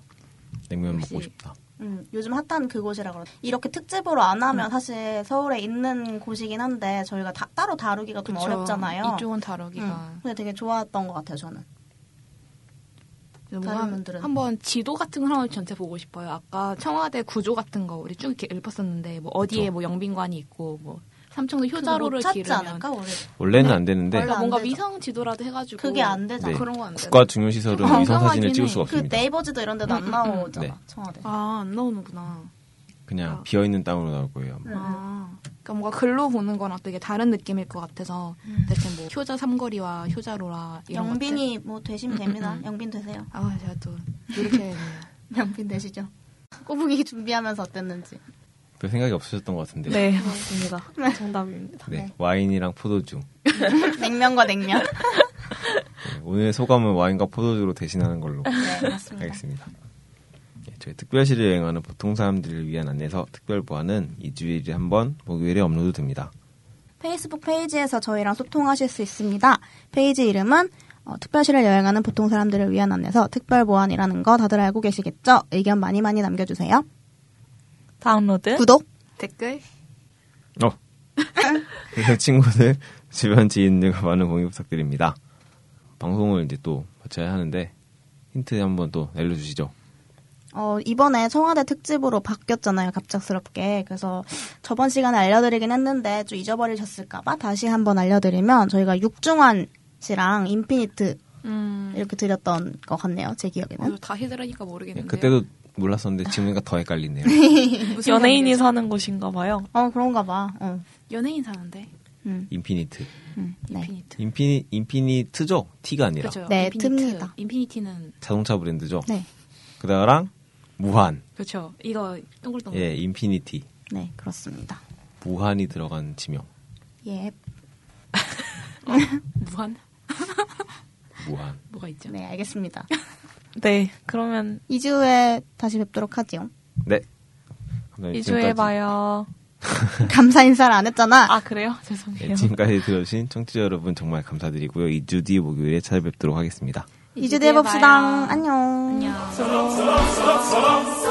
Speaker 1: 냉면
Speaker 3: 역시.
Speaker 1: 먹고 싶다.
Speaker 2: 음, 요즘 핫한 그곳이라 그러. 이렇게 특집으로 안 하면 사실 서울에 있는 곳이긴 한데 저희가 다, 따로 다루기가 좀
Speaker 3: 그쵸.
Speaker 2: 어렵잖아요.
Speaker 3: 이쪽은 다루기가
Speaker 2: 음, 근데 되게 좋았던 것 같아요 저는.
Speaker 3: 뭔가
Speaker 2: 다른 분들은.
Speaker 3: 한번 지도 같은 걸 하나 전체 보고 싶어요. 아까 청와대 구조 같은 거 우리 쭉 이렇게 읊었었는데 뭐 어디에
Speaker 1: 그쵸.
Speaker 3: 뭐 영빈관이 있고 뭐 삼청도
Speaker 2: 그거
Speaker 3: 효자로를
Speaker 2: 못 찾지
Speaker 3: 기르면
Speaker 2: 않을까 우리.
Speaker 1: 원래는 안 되는데
Speaker 2: 원래
Speaker 3: 그러니까
Speaker 2: 안
Speaker 3: 뭔가
Speaker 2: 되죠.
Speaker 3: 위성 지도라도 해가지고
Speaker 2: 그게 안 되잖아.
Speaker 1: 네.
Speaker 3: 그런 거 안 돼.
Speaker 1: 국가 중요 시설은
Speaker 3: 어,
Speaker 1: 위성 사진을
Speaker 3: 이상하긴
Speaker 1: 찍을 수가
Speaker 3: 해.
Speaker 2: 그
Speaker 1: 없습니다.
Speaker 2: 네이버지도 이런 데도 안 나오잖아
Speaker 1: 네.
Speaker 2: 청와대.
Speaker 3: 아안 나오는구나.
Speaker 1: 그냥 비어 있는 땅으로 나올 거예요.
Speaker 2: 음.
Speaker 3: 아, 그러니까 뭔가 글로 보는 거랑 되게 다른 느낌일 것 같아서
Speaker 2: 음.
Speaker 3: 대체 뭐 효자 삼거리와 효자로라 이런 것들.
Speaker 2: 영빈이 뭐 되시면 됩니다.
Speaker 3: 음, 음.
Speaker 2: 영빈 되세요.
Speaker 3: 아 제가 또 이렇게 *laughs* 해야겠네요.
Speaker 2: *laughs* 영빈 되시죠. 꼬부기 준비하면서 *laughs* 어땠는지.
Speaker 1: 별그 생각이 없으셨던 것 같은데.
Speaker 4: 네, 맞습니다. 정답입니다.
Speaker 1: 네,
Speaker 2: 네.
Speaker 1: 와인이랑 포도주.
Speaker 2: 냉면과 냉면.
Speaker 1: 네, 오늘의 소감은 와인과 포도주로 대신하는 걸로
Speaker 2: 네 맞습니다.
Speaker 1: 하겠습니다. 네, 저희 특별시를 여행하는 보통 사람들을 위한 안내서 특별 보안은 2주일에 한 번, 목요일에 업로드 됩니다.
Speaker 2: 페이스북 페이지에서 저희랑 소통하실 수 있습니다. 페이지 이름은 어, 특별시를 여행하는 보통 사람들을 위한 안내서 특별보안이라는 거 다들 알고 계시겠죠? 의견 많이 많이 남겨주세요.
Speaker 4: 다운로드.
Speaker 2: 구독!
Speaker 3: 댓글
Speaker 1: 어. 그래서 네, 친구들, 주변 지인들과 많은 공유 부탁드립니다. 방송을 이제 또 마쳐야 하는데 힌트 한번 또 알려주시죠.
Speaker 2: 어, 이번에 청와대 특집으로 바뀌었잖아요, 갑작스럽게. 그래서 저번 시간에 알려드리긴 했는데 좀 잊어버리셨을까봐 다시 한번 알려드리면 저희가 육중환 씨랑 인피니트
Speaker 3: 음뭐
Speaker 2: 이렇게 드렸던 것 같네요, 제 기억에는.
Speaker 3: 다시 들으니까
Speaker 1: 예,
Speaker 3: 모르겠는데
Speaker 1: 그때도 몰랐었는데 지금이니까 더 헷갈리네요.
Speaker 3: 무슨
Speaker 4: 연예인이
Speaker 3: 관계죠?
Speaker 4: 사는 곳인가 봐요.
Speaker 2: 어, 그런가 봐. 어.
Speaker 3: 연예인 사는데
Speaker 2: 음,
Speaker 1: 인피니트.
Speaker 2: 음, 네.
Speaker 3: 인피니트
Speaker 1: 인피니, 인피니트죠? T가 아니라.
Speaker 3: 그렇죠
Speaker 2: 네,
Speaker 3: 인피니트
Speaker 2: 틉니다.
Speaker 3: 인피니티는
Speaker 1: 자동차 브랜드죠?
Speaker 2: 네.
Speaker 1: 그다랑 무한.
Speaker 3: 그렇죠 이거 동글동글
Speaker 1: 예, 인피니티.
Speaker 2: 네, 그렇습니다.
Speaker 1: 무한이 들어간 지명.
Speaker 2: 예.
Speaker 4: *laughs*
Speaker 3: 무한
Speaker 1: 무한.
Speaker 3: 뭐가 있죠
Speaker 2: 네, *laughs* 알겠습니다.
Speaker 4: 네, 그러면
Speaker 2: 2주 후에 다시 뵙도록 하지요.
Speaker 1: 네. 감사합니다.
Speaker 4: 2주에
Speaker 1: 네, 지금까지-
Speaker 4: 봐요.
Speaker 2: 감사 인사를 안 했잖아.
Speaker 4: 아, 그래요?
Speaker 1: 예,
Speaker 4: 죄송해요.
Speaker 1: 지금까지 들어주신 청취자 여러분 정말 감사드리고요. 2주 뒤 목요일에 찾아뵙도록 하겠습니다.
Speaker 2: 이주 뒤에 봅시다. 안녕.
Speaker 3: 안녕
Speaker 4: 서로.
Speaker 5: 사랑 사랑